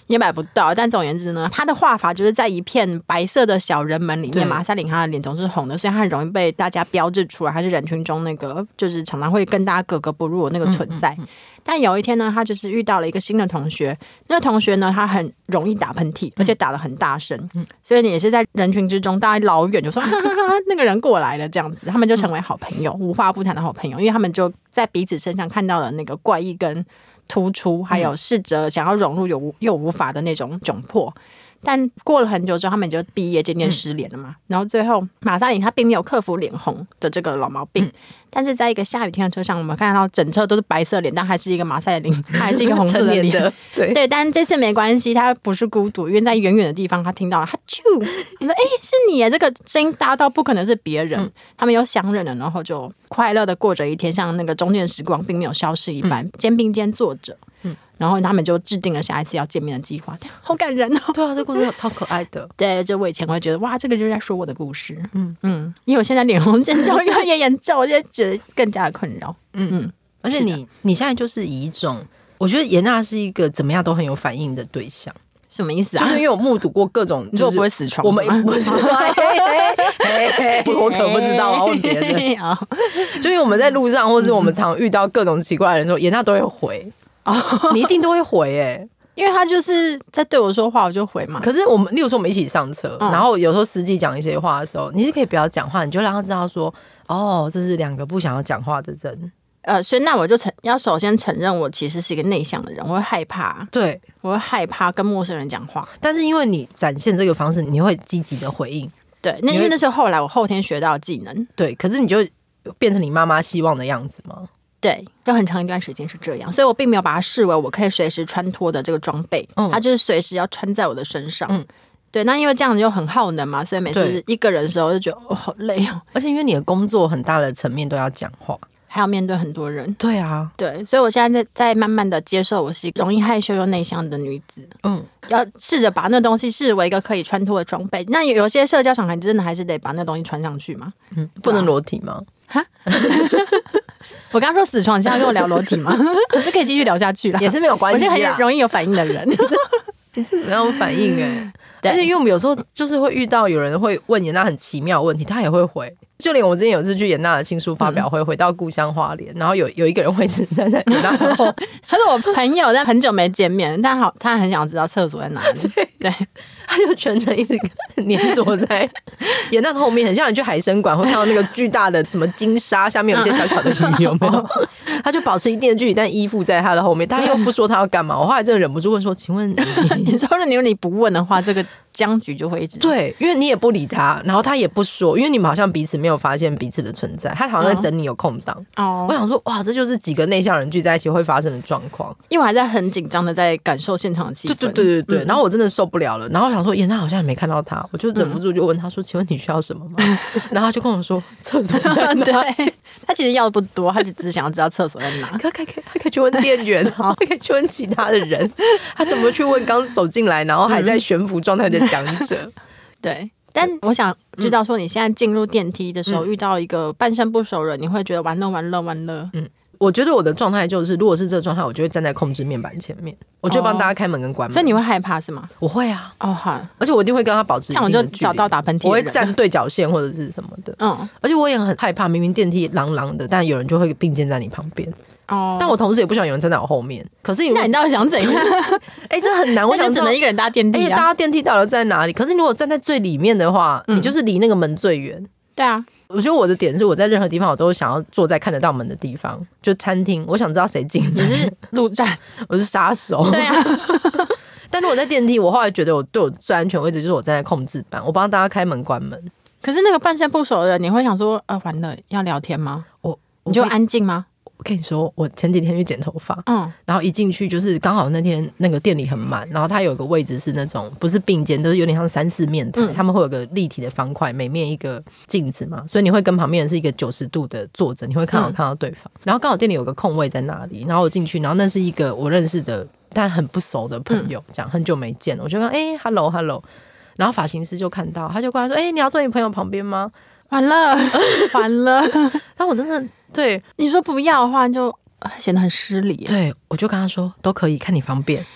S2: 也买不到。但总而言之呢，他的画法就是在一片白色的小人们里
S3: 对
S2: 面，马赛琳她的脸总是红的，所以她很容易被大家标志出来，她是人群中那个就是常常会跟大家格格不入的那个存在。但有一天呢，她就是遇到了一个新的同学，那个同学呢，他很容易打喷嚏，而且打得很大声，所以你也是在人群之中，大家老远就说哈哈哈，那个人过来了这样子，他们就成为好朋友，无话不谈的好朋友，因为他们就在彼此身上看到了那个怪异跟突出，还
S3: 嗯
S2: 有试着想要融入又无又无法的那种窘迫。但过了很久之后，他们就毕业
S3: 嗯
S2: 渐渐失联了嘛。然后最后，马萨里他并没有克服脸红的这个老毛
S3: 嗯
S2: 病，但是在一个下雨天的车上，我们看到整车都是白色脸，但还是一个马赛琳，
S3: [laughs]
S2: 他还是一个红色
S3: 成
S2: 的
S3: 年
S2: 脸。
S3: 的，
S2: [laughs]
S3: 对，
S2: 对，但这次没关系，他不是孤独，因为在远远的地方，他听到 [laughs] 了，他啾，你说：“哎、是你耶！”这个声音大到不可能是别人，
S3: 嗯
S2: 他们又相认了，然后就快乐的过着一天，像那个中间时光并没有消失一般，肩并肩坐着。
S3: 嗯
S2: 然后他们就制定了下一次要见面的计划，好感人
S3: [laughs]
S2: 哦。
S3: 对啊，这故事超可爱
S2: [laughs]
S3: 的，
S2: 对，就我以前会觉得哇，这个就是在说我的故事。
S3: 嗯
S2: 嗯嗯，因为我现在脸红症状越来越严重，我现在觉得更加的困扰。
S3: 而且你你现在就是以一种，我觉得严娜是一个怎么样都很有反应的对象，
S2: 什么意思
S3: 就
S2: 啊？
S3: 是因为我目睹过各种，
S2: 你说
S3: 就
S2: 我
S3: 是
S2: 不会死床
S3: 我
S2: 是
S3: 们
S2: 吗？
S3: 不
S2: [laughs]
S3: 是，嘿嘿嘿嘿我可不知道啊，我问别人。
S2: [laughs] 啊。
S3: 就因为我们在路上，或是
S2: 嗯
S3: 我们常遇到各种奇怪的人的时候，严娜都会回。
S2: 哦
S3: [laughs] 你一定都会回哎、
S2: 因为他就是在对我说话，我就回嘛。
S3: 可是我们，例如说我们一起上车，
S2: 嗯
S3: 然后有时候司机讲一些话的时候，你是可以不要讲话，你就让他知道说，哦，这是两个不想要讲话的人。
S2: 呃，所以那我就承要首先承认，我其实是一个内向的人，我会害怕，
S3: 对，
S2: 我会害怕跟陌生人讲话。
S3: 但是因为你展现这个方式，你会积极的回应，
S2: 对，那
S3: 你会
S2: 因为那是后来我后天学到的技能，
S3: 对，可是你就变成你妈妈希望的样子吗？
S2: 对，有很长一段时间是这样，所以我并没有把它视为我可以随时穿脱的这个装备，
S3: 嗯
S2: 它就是随时要穿在我的身上。
S3: 嗯
S2: 对，那因为这样子就很耗能嘛，所以每
S3: 对
S2: 次一个人的时候就觉得哦好累哦，
S3: 而且因为你的工作很大的层面都要讲话，
S2: 还要面对很多人。
S3: 对啊，
S2: 对，所以我现在在在慢慢的接受我是一个容易害羞又内向的女子。
S3: 嗯，
S2: 要试着把那东西视为一个可以穿脱的装备。那有有些社交场合，你真的还是得把那东西穿上去嘛。
S3: 嗯不能裸体吗？
S2: 我刚刚说死床，你现在跟我聊裸体吗？ [laughs] 就可以继续聊下去了。
S3: 也是没有
S2: 我
S3: 关系 [laughs]
S2: 是很
S3: 啊，
S2: 容易有反应的
S3: [laughs]
S2: 人。
S3: 你是没有反应哎、 [laughs]
S2: 对
S3: 而且因为我们有时候就是会遇到有人会问严娜很奇妙的问题，她也会回。就连我之前有一次去严娜的新书发表会，回到故乡花莲，然后有有一个人会是站在严娜后，
S2: 他是我朋友，但很久没见面，但好，他很想知道厕所在哪里。对，
S3: [laughs] 他就全程一直粘着在严娜的后面，很像你去海参馆会看到那个巨大的什么金沙，下面有一些小小的鱼，有没有？他就保持一定的距离，但依附在他的后面，但他又不说他要干嘛。我后来真的忍不住问说：“请问你
S2: 你说如果你不问的话，这个僵局就会一直。
S3: 对，因为你也不理他，然后他也不说，因为你们好像彼此没有发现彼此的存在，他好像在等你有空档。
S2: 哦
S3: 我，想说，哇，这就是几个内向人聚在一起会发生的状况。
S2: 因为我还在很紧张的在感受现场的气氛。
S3: 对对对对对。
S2: 嗯
S3: 然后我真的受不了了，然后我想说，耶，那好像也没看到他，我就忍
S2: 嗯
S3: 不住就问他说：“请问你需要什么吗？”
S2: [laughs]
S3: 然后他就跟我说：“厕所在哪。”
S2: 对，他其实要的不多，他就只想要知道厕所在
S3: [laughs]
S2: 哪。
S3: 可可可，他可以去问店员，他可以去问其他的人，他怎么去问刚走进来，然后还
S2: 嗯
S3: 在悬浮状态的讲
S2: [laughs]
S3: 者？
S2: 对，嗯但我想知道说，你现在进入电梯的时候、遇到一个半生不熟人，你会觉得玩乐玩乐玩乐，
S3: 我觉得我的状态就是，如果是这个状态，我就会站在控制面板前面，我就会帮
S2: 哦
S3: 大家开门跟关门。
S2: 所以你会害怕是吗？
S3: 我会啊，
S2: 哦，好，
S3: 而且我一定会跟他保持一
S2: 像我
S3: 定
S2: 就
S3: 的距离。
S2: 找到打喷嚏的
S3: 我会
S2: 人
S3: 站对角线或者是什么的。
S2: 嗯，
S3: 而且我也很害怕，明明电梯朗朗的，但有人就会并肩在你旁边。
S2: 哦，
S3: 但我同时也不喜欢有人站在我后面。可是你如果，
S2: 那你到底想怎样？ [laughs]
S3: 哎、这很难。我
S2: 我
S3: 想
S2: 想
S3: 知
S2: 只
S3: 道
S2: 能一个人搭电
S3: 而且
S2: 梯
S3: 大
S2: 啊。嗯
S3: 家电梯到底在哪里？可是你如果站在最里面的话，你就是离那个门最远，
S2: 对啊，
S3: 我觉得我的点是，我在任何地方我都想要坐在看得到门的地方，就餐厅，我想知道谁进 [laughs] 来，
S2: 你是陆战，
S3: 我是杀
S2: [laughs]
S3: 手。
S2: 对啊，
S3: 但是我在电梯，我后来觉得我对我最安全位置就是我站在控制板，我帮大家开门关门，
S2: 可是那个半生不熟的人，你会想说，呃，完了要聊天吗？
S3: 我
S2: 你就
S3: 我跟
S2: 安静吗？
S3: 我跟你说，我前几天去剪头发，
S2: 嗯，
S3: 然后一进去就是刚好那天那个店里很满，然后它有个位置是那种不是并肩，都是有点像三四面台，
S2: 嗯
S3: 他们会有个立体的方块，每面一个镜子嘛，所以你会跟旁边人是一个九十度的坐着，你会看到
S2: 嗯
S3: 看到对方。然后刚好店里有个空位在那里，然后我进去，然后那是一个我认识的但很不熟的朋
S2: 嗯
S3: 友，这样很久没见了，我就跟哎、h e l l o hello，然后发型师就看到，他就过来说，哎、你要坐你朋友旁边吗？
S2: 完 [laughs] 了，完了。
S3: 但我真的对
S2: 你说不要的话就，呃显得很失礼啊耶。
S3: 对，我就跟他说都可以，看你方便。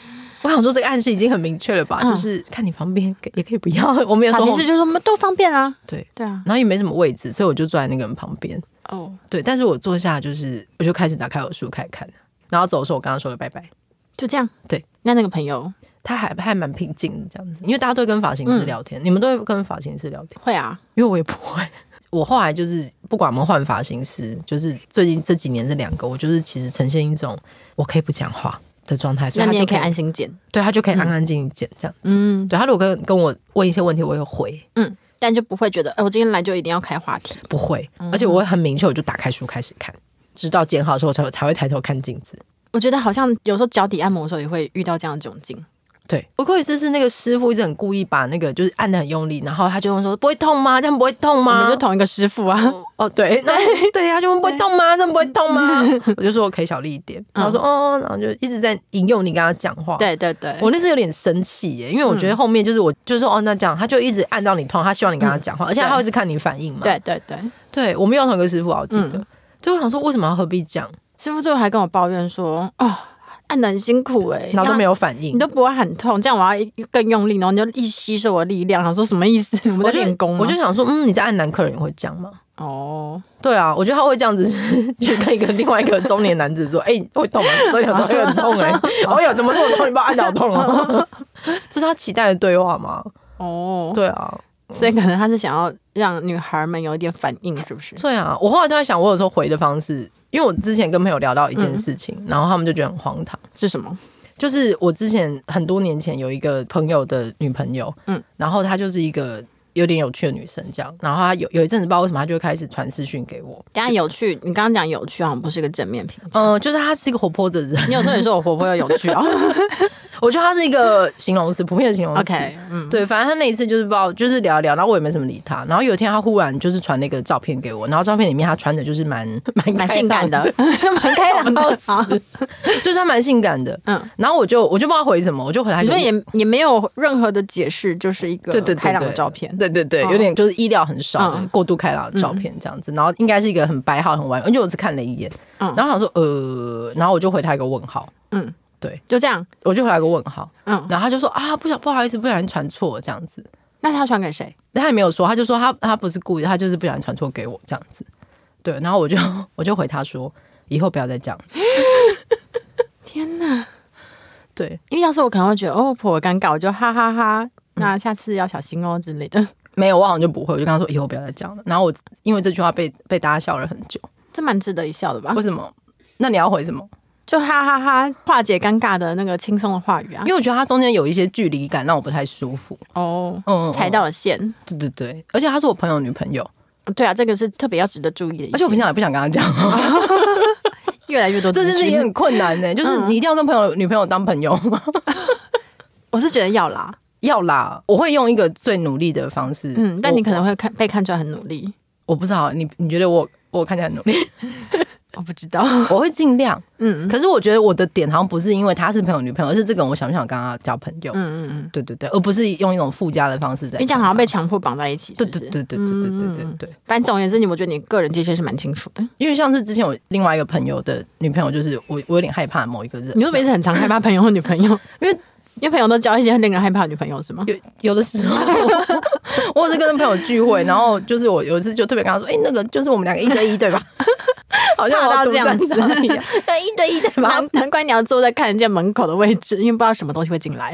S3: 我想说这个暗示已经很明确了吧，
S2: 嗯
S3: 就是看你方便，也可以不要。我没有
S2: 发
S3: 说
S2: 型
S3: 我
S2: 师就说我们都方便啊。
S3: 对，
S2: 对啊，
S3: 然后也没什么位置，所以我就坐在那个人旁边。
S2: 哦，
S3: 对，但是我坐下就是我就开始打开我的书开始看，然后走的时候我跟他说了拜拜。
S2: 就这样。
S3: 对，
S2: 那那个朋友
S3: 他还还蛮平静的这样子，因为大家都会跟发型师
S2: 嗯
S3: 聊天，你们都会跟发型师聊天，
S2: 会啊，
S3: 因为我也不会。我后来就是不管我们换发型师，就是最近这几年这两个，我就是其实呈现一种我可以不讲话的状态，所以
S2: 那
S3: 他
S2: 你
S3: 就
S2: 也可以
S3: 以
S2: 安嗯心剪。
S3: 对他就可以安安静静剪这样子。
S2: 嗯
S3: 对他如果跟跟我问一些问题，我也回，
S2: 嗯，但就不会觉得，哎、我今天来就一定要开话题。
S3: 不会，而且我会很明确，我就打开书开始看，直到剪好的时候我才才会抬头看镜子。
S2: 我觉得好像有时候脚底按摩的时候也会遇到这样的窘境。
S3: 对，不过一次是那个师傅一直很故意把那个就是按的很用力，然后他就问说不会痛吗？这样不会痛
S2: 我
S3: 吗？
S2: 们就同一个师傅啊，
S3: 哦对，然后 [laughs] 对，啊他就问不会痛吗？这样不会痛吗？ [laughs] 我就说我可以小力一点，然后说哦，然后就一直在引诱你跟他讲话。。
S2: [laughs] 对对对，
S3: 我那时候有点生气耶，因为我觉得后面就是我就是说哦，那这样他就一直按到你痛，他希望你跟他讲话，而且他会一直看你反应嘛。
S2: 对对对，
S3: 对，我们有同一个师傅啊，我记得。
S2: 嗯
S3: 对，我想说为什么要何必讲，
S2: 师傅最后还跟我抱怨说，哦，按的很辛苦哎、欸，
S3: 然后都没
S2: 有。
S3: 有反应
S2: 你。都不会很痛，这样我要更用力，然后你就一吸收我的力量，想说什么 [laughs] 意思？我们
S3: 我
S2: 在
S3: 就
S2: 练功吗
S3: 我就想说，嗯，你在按男客人也会这样吗？
S2: 哦，
S3: 对啊，我觉得他会这样子 [laughs] 去跟一个另外一个中年男子说，哎、 [laughs] 会痛吗？所以想说哎很痛 [laughs] 哎、哎呦，怎么这么痛？你把我按到痛 [laughs] 了，这是他期待的对话吗？
S2: 哦，
S3: 对啊，
S2: 所以可能他是想要让女孩们有一点反应，是不是？
S3: 对啊，我后来都在想，我有时候回的方式，因为我之前跟朋友聊到一件事情，然后他们就觉得很荒唐。
S2: 是什么？
S3: 就是我之前很多年前有一个朋友的女朋友，嗯
S2: 嗯，
S3: 然后她就是一个有点有趣的女生，这样，然后她有有一阵子不知道为什么，她就会开始传私讯给我，
S2: 等一下有趣，你刚刚讲有趣好像不是一个正面评价。
S3: 嗯、就是她是一个活泼的人， [laughs]
S2: 你有时候也说我活泼又有趣哦。
S3: 我觉得她是一个形容词，普遍的形容词。
S2: [laughs] OK，嗯，
S3: 对，反正她那一次就是不知道，就是聊一聊，然后我也没什么理她。然后有一天，她忽然就是传了一个照片给我，然后照片里面她穿的就是蛮 [laughs] 蛮
S2: 蛮性感的， [laughs] 蛮
S3: [laughs] 开
S2: 开
S3: 朗
S2: 朗
S3: 的，
S2: 的。[laughs] 好
S3: 好 [laughs] 就是她蛮性感的。
S2: 嗯，
S3: 然后我就我就不知道回什么，我就回她一
S2: 你
S3: 个
S2: 说也也没有任何的解释，就是一个
S3: 对对对
S2: 开朗的
S3: 对
S2: 照片。
S3: 对对对，
S2: 哦
S3: 有点就是意料很少的
S2: 嗯
S3: 过度开朗的照片这样子，然后应该是一个很白号很完美，而且我只看了一眼，
S2: 嗯
S3: 然后想说呃，然后我就回他一个问号，
S2: 嗯，
S3: 对，
S2: 就这样。
S3: 我就回他一个问号，
S2: 嗯，
S3: 然后他就说啊，不想不好意思，不小心传错这样子，
S2: 那他传给谁？
S3: 但他也没有说，他就说他他不是故意，他就是不小心传错给我这样子，对，然后我就我就回他说以后不要再这样，
S2: 天哪！
S3: 对，
S2: 因为要是我可能会觉得哦，颇尴尬，我就哈哈哈
S3: 嗯
S2: 那下次要小心哦之类的， [laughs]
S3: 没有，我好像就不会，我就跟他说以后不要再这样了，然后我因为这句话被被大家笑了很久，
S2: 这蛮值得一笑的吧
S3: 为？什么？那你要回什么？
S2: 就哈哈哈化解尴尬的那个轻松的话语啊
S3: 因。为我觉得它中间有一些距离感，让我不太舒服。
S2: 哦，
S3: 嗯，
S2: 踩到了线。
S3: 对对对，而且她是我朋友的女朋友，
S2: 对啊，这个是特别要值得注意的一点。
S3: 哦而且我平常也不想跟她讲
S2: 啊
S3: 话，
S2: 越来越多
S3: [laughs] 这
S2: 资
S3: 件
S2: 讯，
S3: 事情很困难呢、欸就是
S2: 嗯
S3: 你一定要跟朋友女朋友当朋友吗？ [laughs]
S2: 我是觉得要啦，
S3: 要啦，我会用一个最努力的方式。
S2: 嗯，但你可能
S3: 我
S2: 会看被看出来很努力，
S3: 我不知道，你你觉得我我看起来很
S2: [laughs]
S3: 努力，
S2: 我不知道，
S3: 我会尽量。
S2: 嗯嗯
S3: 可是我觉得我的点好像不是因为她是朋友女朋友，而是这个人我想不想跟她交朋友？
S2: [laughs] 嗯嗯，
S3: 对对对，而不是用一种附加的方式在。
S2: 你讲好像被。强迫绑在一起，
S3: 对
S2: 是不
S3: 对
S2: 是
S3: 对对对对对对
S2: 嗯嗯嗯
S3: 对。
S2: 反正总而言之，你我觉得你个人界限是蛮清楚的。
S3: 因为像是之前我另外一个朋友的女朋友，就是我我有点害怕某一个人，
S2: 你为什么一直很常害怕朋友和女朋友？
S3: 因为
S2: 因为朋友都交一些很令人害怕的女朋友是吗？
S3: 有有的时候， [laughs] 我有是跟朋友聚会，然后就是我有一次就特别跟他说，哎、那个就是我们两个一对
S2: [laughs]
S3: 一对吧？好像
S2: 怕到这样子
S3: 我独占他一样，对哎一
S2: [laughs]
S3: 对一对吧？
S2: 难难怪你要坐在看得见门口的位置，因为不知道什么东西会进来。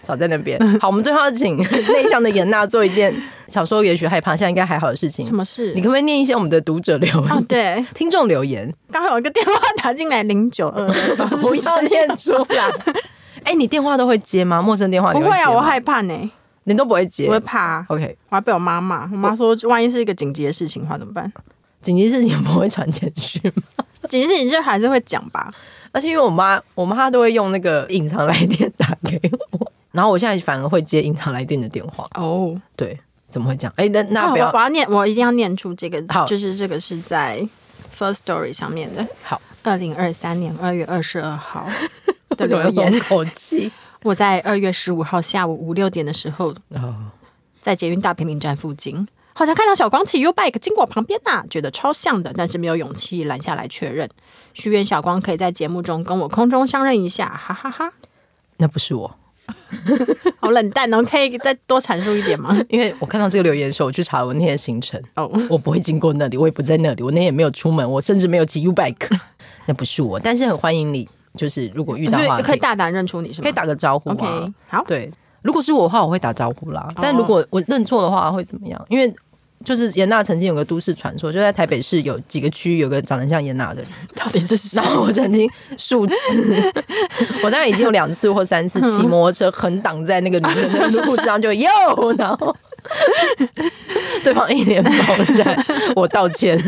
S3: 少在那边。好，我们最后要请内向的严娜做一件小时候也许害怕，现在应该还好的事情
S2: 什。么事？
S3: 你可不可以念一些我们的读者留言、
S2: 哦，对，
S3: 听众
S2: [laughs]
S3: 留言？
S2: 刚好有一个电话打进来，零九二， [laughs]
S3: 不要念出来。哎、你电话都会接吗？陌生电话
S2: 不
S3: 你
S2: 会
S3: 接
S2: 啊，
S3: 吗
S2: 我害怕呢，
S3: 你都不会接
S2: 我。会怕啊，
S3: OK，
S2: 我还被我妈骂，我妈说万一是一个紧急的事情的话怎么办？
S3: 紧急事情不会传简讯吗？ [laughs]
S2: 紧急事情就还是会讲吧，
S3: 而且因为我妈，我妈她都会用那个隐藏来电打给我， [laughs] 然后我现在反而会接隐藏来电的电话。
S2: 哦，
S3: 对，怎么会这样？哎、那那
S2: 那哦
S3: 不
S2: 我
S3: 要
S2: 我要念，我一定要念出这个
S3: 好，
S2: 就是这个是在 First Story 上面的，
S3: 好，
S2: 二零二三年二月二十二
S3: [laughs]
S2: 号的
S3: 为什么
S2: 留
S3: 要
S2: 言
S3: 松。口
S2: [laughs]
S3: 气？
S2: 我在二月十五号下午五六点的时候，
S3: 哦，
S2: 在捷运大平林站附近，好像看到小光骑 U bike 经过旁边呐、觉得超像的，但是没有勇气拦下来确认。许愿小光可以在节目中跟我空中相认一下，哈哈
S3: [laughs]
S2: 哈
S3: 那不是我，
S2: 好冷淡哦，可以再多阐述一点
S3: [laughs]
S2: 吗？
S3: 因为我看到这个留言的时候，我去查我那天的
S2: [laughs]
S3: 行程，
S2: 哦，
S3: 我不会经过那里，我也不在那里，我那天也没有出门，我甚至没有骑 U bike，那 [laughs] 不是我，但是很欢迎你，就是如果遇到的
S2: 所
S3: 话，
S2: 以可以大胆认出你是吗？
S3: 可以打个招呼啊。
S2: OK，好，
S3: 对，如果是我的话，我会打招呼啦。
S2: 哦
S3: 但如果我认错的话，会怎么样？因为就是严娜曾经有个都市传说，就在台北市有几个区有个长得像严娜
S2: [laughs]
S3: 的人。
S2: 到底是谁
S3: 然？后我曾经数次，
S2: [laughs]
S3: 我大概已经有两次或三次骑摩托车横挡在那个女生的路上，就哟，
S2: [laughs]
S3: 然后对方一脸茫然，我
S2: [laughs]
S3: 道歉。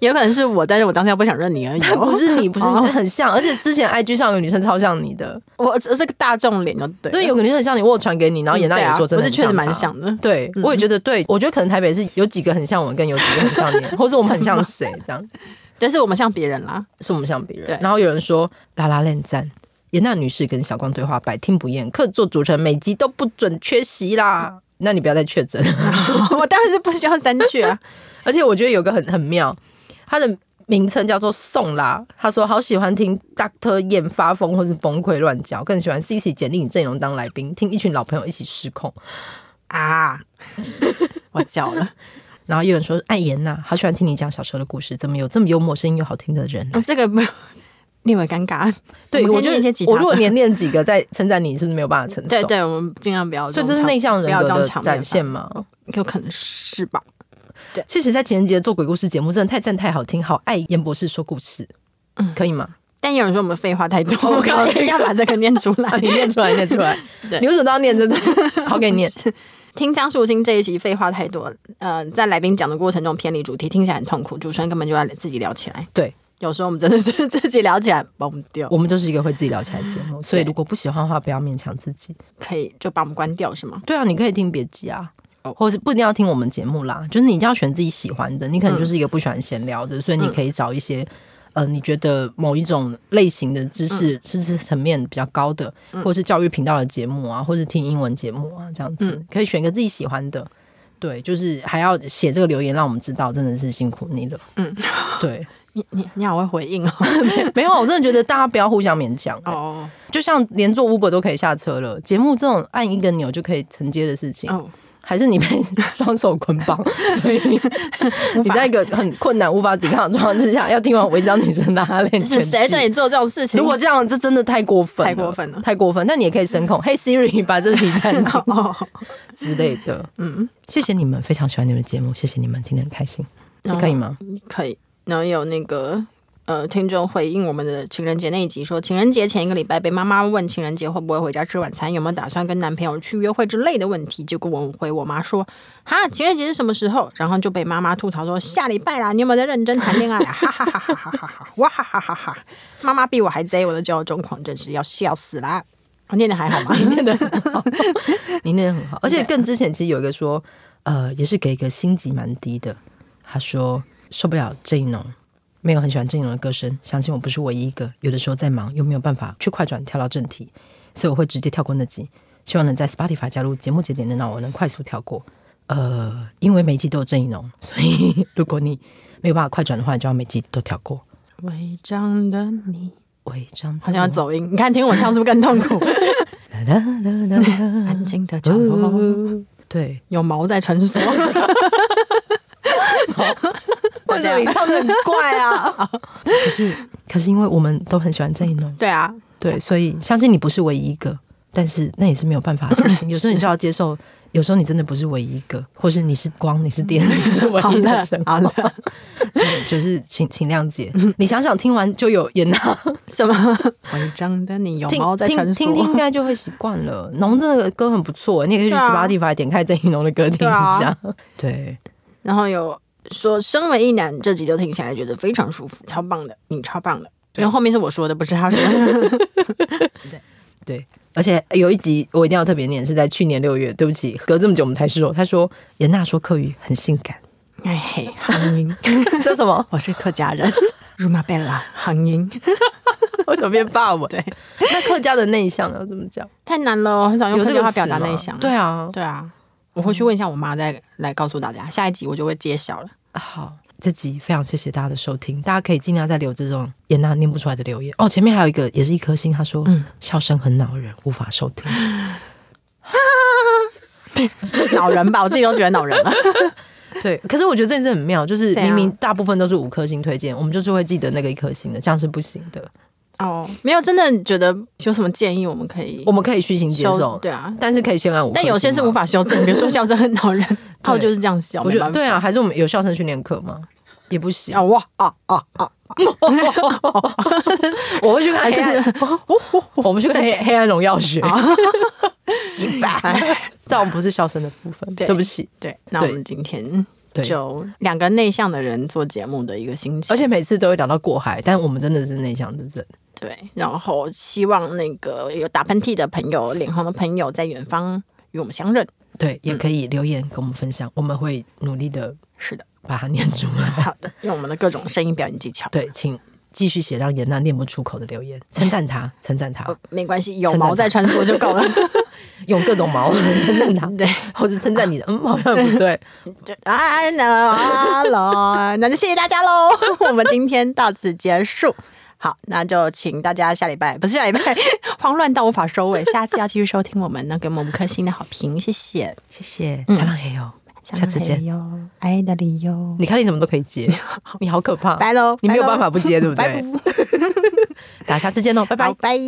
S2: 也有可能是我，但是我当下不想认你而已、哦。
S3: [laughs] 不是你，不是
S2: 哦
S3: 你，很像，而且之前 IG 上有女生超像你的，
S2: 我，这是个大众脸就对了。
S3: 对，有个女生很像你，我有传给你，然后严娜
S2: 对
S3: 也
S2: 啊
S3: 说真的
S2: 我
S3: 很
S2: 是确实蛮
S3: 她
S2: 像的。
S3: 对，我也觉得对。我觉得可能台北是有几个很像我们，跟有几个很像你，或者我们很像谁这样子，
S2: 但是我们像别人啦， [laughs]
S3: 是我们像别人
S2: 对。
S3: 然后有人说拉拉链赞。严娜女士跟小光对话，百听不厌，客座主持人每集都不准缺席啦。那你不要再确诊。 [laughs]
S2: 我当然是不需要删去啊。
S3: 而且我觉得有个很很妙，他的名称叫做宋啦。他说好喜欢听 Doctor 燕发疯或是崩溃乱叫，更喜欢 CC 简历阵容当来宾，听一群老朋友一起失控。
S2: 啊， [laughs] 我叫了。 [laughs]
S3: 然后有人说艾妍娜，好喜欢听你讲小时候的故事，怎么有这么幽默、声音又好听的人啊、
S2: 哦这个没有， [laughs] 你有没有尴尬？
S3: 对，
S2: 我
S3: 我
S2: 们可以
S3: 觉
S2: 念一些其
S3: 得
S2: 他的
S3: 我如果连练几个再称赞你，是不是没有办法承受？
S2: [laughs] 对，对，我们尽量不要种
S3: 所
S2: 场。
S3: 以这是内向
S2: 不
S3: 人
S2: 要
S3: 格
S2: 这
S3: 的
S2: 种场面
S3: 展现
S2: 吧，
S3: 嘛。
S2: 有可能是吧？
S3: 确实，在情人节做鬼故事节目，真的太赞太好听，好爱严博士说故事，
S2: 嗯
S3: 可以吗？ [laughs]
S2: 但也有人说我们废话太多，
S3: 哦
S2: 我刚刚
S3: 可
S2: [laughs]
S3: 以
S2: 要把这个念出
S3: [laughs]
S2: 来
S3: 啊，。你念出
S2: [laughs]
S3: 来，念出来。
S2: 对
S3: 你为什么都要念这种？ [laughs] 好，给你
S2: [laughs]
S3: 念。
S2: 听江树清这一集废话太多，呃，在来宾讲的过程中偏离主题，听起来很痛苦，主持人根本就在自己聊起来。
S3: 对，
S2: 有时候我们真的是 [laughs] 自己聊起来崩掉
S3: 我，们就是一个会自己聊起来的节目，所以
S2: 对
S3: 如果不喜欢的话，不要勉强自己。
S2: 可以就把我们关掉是吗？
S3: 对啊，你可以听别集啊
S2: 哦，
S3: 或是不一定要听我们节目啦，就是你一定要选自己喜欢的。你可能就是一个不喜欢闲聊
S2: 嗯
S3: 的，所以你可以找一些，呃，你觉得某一种类型的知
S2: 嗯
S3: 识、知识层面比较高的，或是教育频道的节目啊，或是听英文节目啊，这样子、
S2: 嗯
S3: 可以选一个自己喜欢的。对，就是还要写这个留言，让我们知道，真的是辛苦你了。嗯
S2: 嗯，
S3: 对， [laughs]
S2: 你你你好会回应哦。
S3: 没有，我真的觉得大家不要互相勉强、
S2: 哦
S3: 就像连做 Uber 都可以下车了，节目这种按一个钮就可以承接的事情，
S2: 哦，
S3: 还是你被双手捆
S2: [laughs]
S3: 绑，所以你在一个很困难、无法抵抗的状况之下，要听完违章女生拉链
S2: [laughs] 是
S3: 全
S2: 谁对
S3: 集。
S2: 你做这种事情？
S3: 如果这样，这真的太过分了，
S2: 太过分了
S3: 太过分。那你也可以声控，嘿 Siri，把这题
S2: [laughs]
S3: 暂停
S2: 哦，
S3: 之类的。
S2: 嗯，
S3: 谢谢你们，非常喜欢你们的节目，谢谢你们，听得很开心，这可以吗？
S2: 可以，然后有那个呃听众回应我们的情人节那一集说，情人节前一个礼拜被妈妈问情人节会不会回家吃晚餐，有没有打算跟男朋友去约会之类的问题，结果我回我妈说，哈，情人节是什么时候？然后就被妈妈吐槽说下礼拜啦，你有没有在认真谈恋爱啊？哈哈哈哈哈哈哈，哇哈哈哈哈，妈妈比我还贼，我的交友状况真是要笑死 [laughs] 啦。我念的还好 [laughs] 吗？
S3: 念得很好， [laughs] 啊你念得很好，而且更之前其实有一个说，呃，也是给一个星级蛮低的，他说受不了郑一农，没有很喜欢郑一农的歌声，相信我不是唯一一个，有的时候在忙又没有办法去快转跳到正题，所以我会直接跳过那集，希望能在 Spotify 加入节目节点的让我能快速跳过。呃，因为每一集都有郑一农，所以如果你没有办法快转的话，你就要每集都跳过。
S2: 违章的你，
S3: 违章
S2: 好像要走音，你看听我唱是不是更痛苦？
S3: 啦啦啦啦啦
S2: [laughs] 安静的角落，
S3: 对，
S2: 有毛在穿
S3: [laughs]
S2: 梭。
S3: 为什么你唱的很怪啊？可是，可是因为我们都很喜欢郑一农，
S2: [laughs] 对啊，
S3: 对，所以相信你不是唯一一个。但是那也是没有办法的事
S2: 嗯
S3: 情。有时候你就要接受，有时候你真的不是唯一一个，或是你是光，你是电，你 [laughs] 是唯
S2: 嗯好
S3: 一
S2: 了
S3: 的神，
S2: 好嗯了，
S3: 对就是请请谅解。你想想，听完就有眼
S2: [laughs]
S3: 啊，
S2: 什么违章的你有
S3: 听
S2: 猫在
S3: 听
S2: 穿梭？
S3: 听听应该就会习惯了。农这个歌很不错，你也可以去
S2: 对啊
S3: Spotify 点开郑怡农的歌听
S2: 对
S3: 一
S2: 啊
S3: 下。对，
S2: 然后有说身为一男，这集就听起来觉得非常舒服，超棒的，你超棒的。然后后面是我说的，不是他说的。
S3: [laughs] 而且有一集我一定要特别念，是在去年六月。对不起，隔这么久我们才说。他说严娜说客语很性
S2: [laughs]
S3: 感，
S2: 哎嘿，杭音，
S3: 这是什么？
S2: 我是客家人，如马贝拉，杭音
S3: [laughs] 为什么变霸文？
S2: 对，
S3: 那客家的内向要怎么讲？
S2: 太难了哦，很少用
S3: 有
S2: 客
S3: 这
S2: 家
S3: 个
S2: 话表
S3: 词
S2: 达
S3: 吗
S2: 内向。
S3: 对啊，
S2: 对啊，我回去问一下我妈，再来告诉大家。下一集我就会揭晓了。
S3: 好，这集非常谢谢大家的收听，大家可以尽量再留这种严娜念不出来的留言。哦，前面还有一个也是一颗星，他说、
S2: 嗯
S3: 笑声很恼人，无法收
S2: [laughs]
S3: 听。
S2: 恼人吧，我自己都觉得恼人了。
S3: 对，可是我觉得这件事很妙，就是
S2: 对啊
S3: 明明大部分都是五颗星推荐，我们就是会记得那个一颗星的，这样是不行的。
S2: 哦， [laughs] 没有，真的觉得有什么建议我们可以
S3: 我们可以虚心接
S2: 修
S3: 受，
S2: 对啊，
S3: 但是可以先按五颗星嘛。
S2: 但有些是无法修正，比如说笑声很
S3: [laughs]
S2: 恼人，他们就是这样笑，
S3: 我
S2: 没
S3: 觉
S2: 办
S3: 得
S2: 法。
S3: 对啊，还是我们有笑声训练课吗？也不行
S2: 啊，，哇啊啊啊！
S3: 我会去看
S2: 还
S3: 黑
S2: 是 [laughs]
S3: 暗，哦我们去看黑黑暗荣耀
S2: 哦
S3: 学，
S2: 啊
S3: [laughs]
S2: [laughs]
S3: 行吧？这我们不是笑声的部分，
S2: 对
S3: 对不起。
S2: 哎对，那我们今天
S3: 对
S2: 就两个内向的人做节目的一个心情，
S3: 而且每次都会聊到过海，但我们真的是内向之症。
S2: 对，然后希望那个有打喷嚏的朋友、脸红的朋友在远方与我们相认。
S3: 对，也可以留言跟我们分享，我们会努力的
S2: 是的，
S3: 把它念出来。
S2: 好的，用我们的各种声音表演技巧。
S3: 对，请继续写让严娜念不出口的留言，称赞她，称赞她
S2: 呃，，没关系，有
S3: 称赞
S2: 毛
S3: 他
S2: 在穿梭就
S3: [laughs]
S2: 够了。
S3: 用各种
S2: [laughs]
S3: 毛称赞她，
S2: 对，
S3: 或是称赞你的，嗯，好像也不对。
S2: 就啊，那喽，那就谢谢大家喽，我们今天到此结束。好，那就请大家下礼拜不是下礼拜，慌乱到无法收尾，下次要继续收听我们呢，给我们五颗星的好评，谢 [laughs] 谢。
S3: 谢谢，
S2: 嗯
S3: 撒浪嘿哟，下次见。
S2: 哟，爱的理由，
S3: 你看你怎么都可以
S2: [laughs]
S3: 接，你好可怕。
S2: 拜喽，
S3: 你没
S2: [laughs]
S3: 有
S2: 拜喽
S3: 办法不接对不对
S2: 拜拜
S3: 大家下次见喽，拜拜
S2: 好。拜。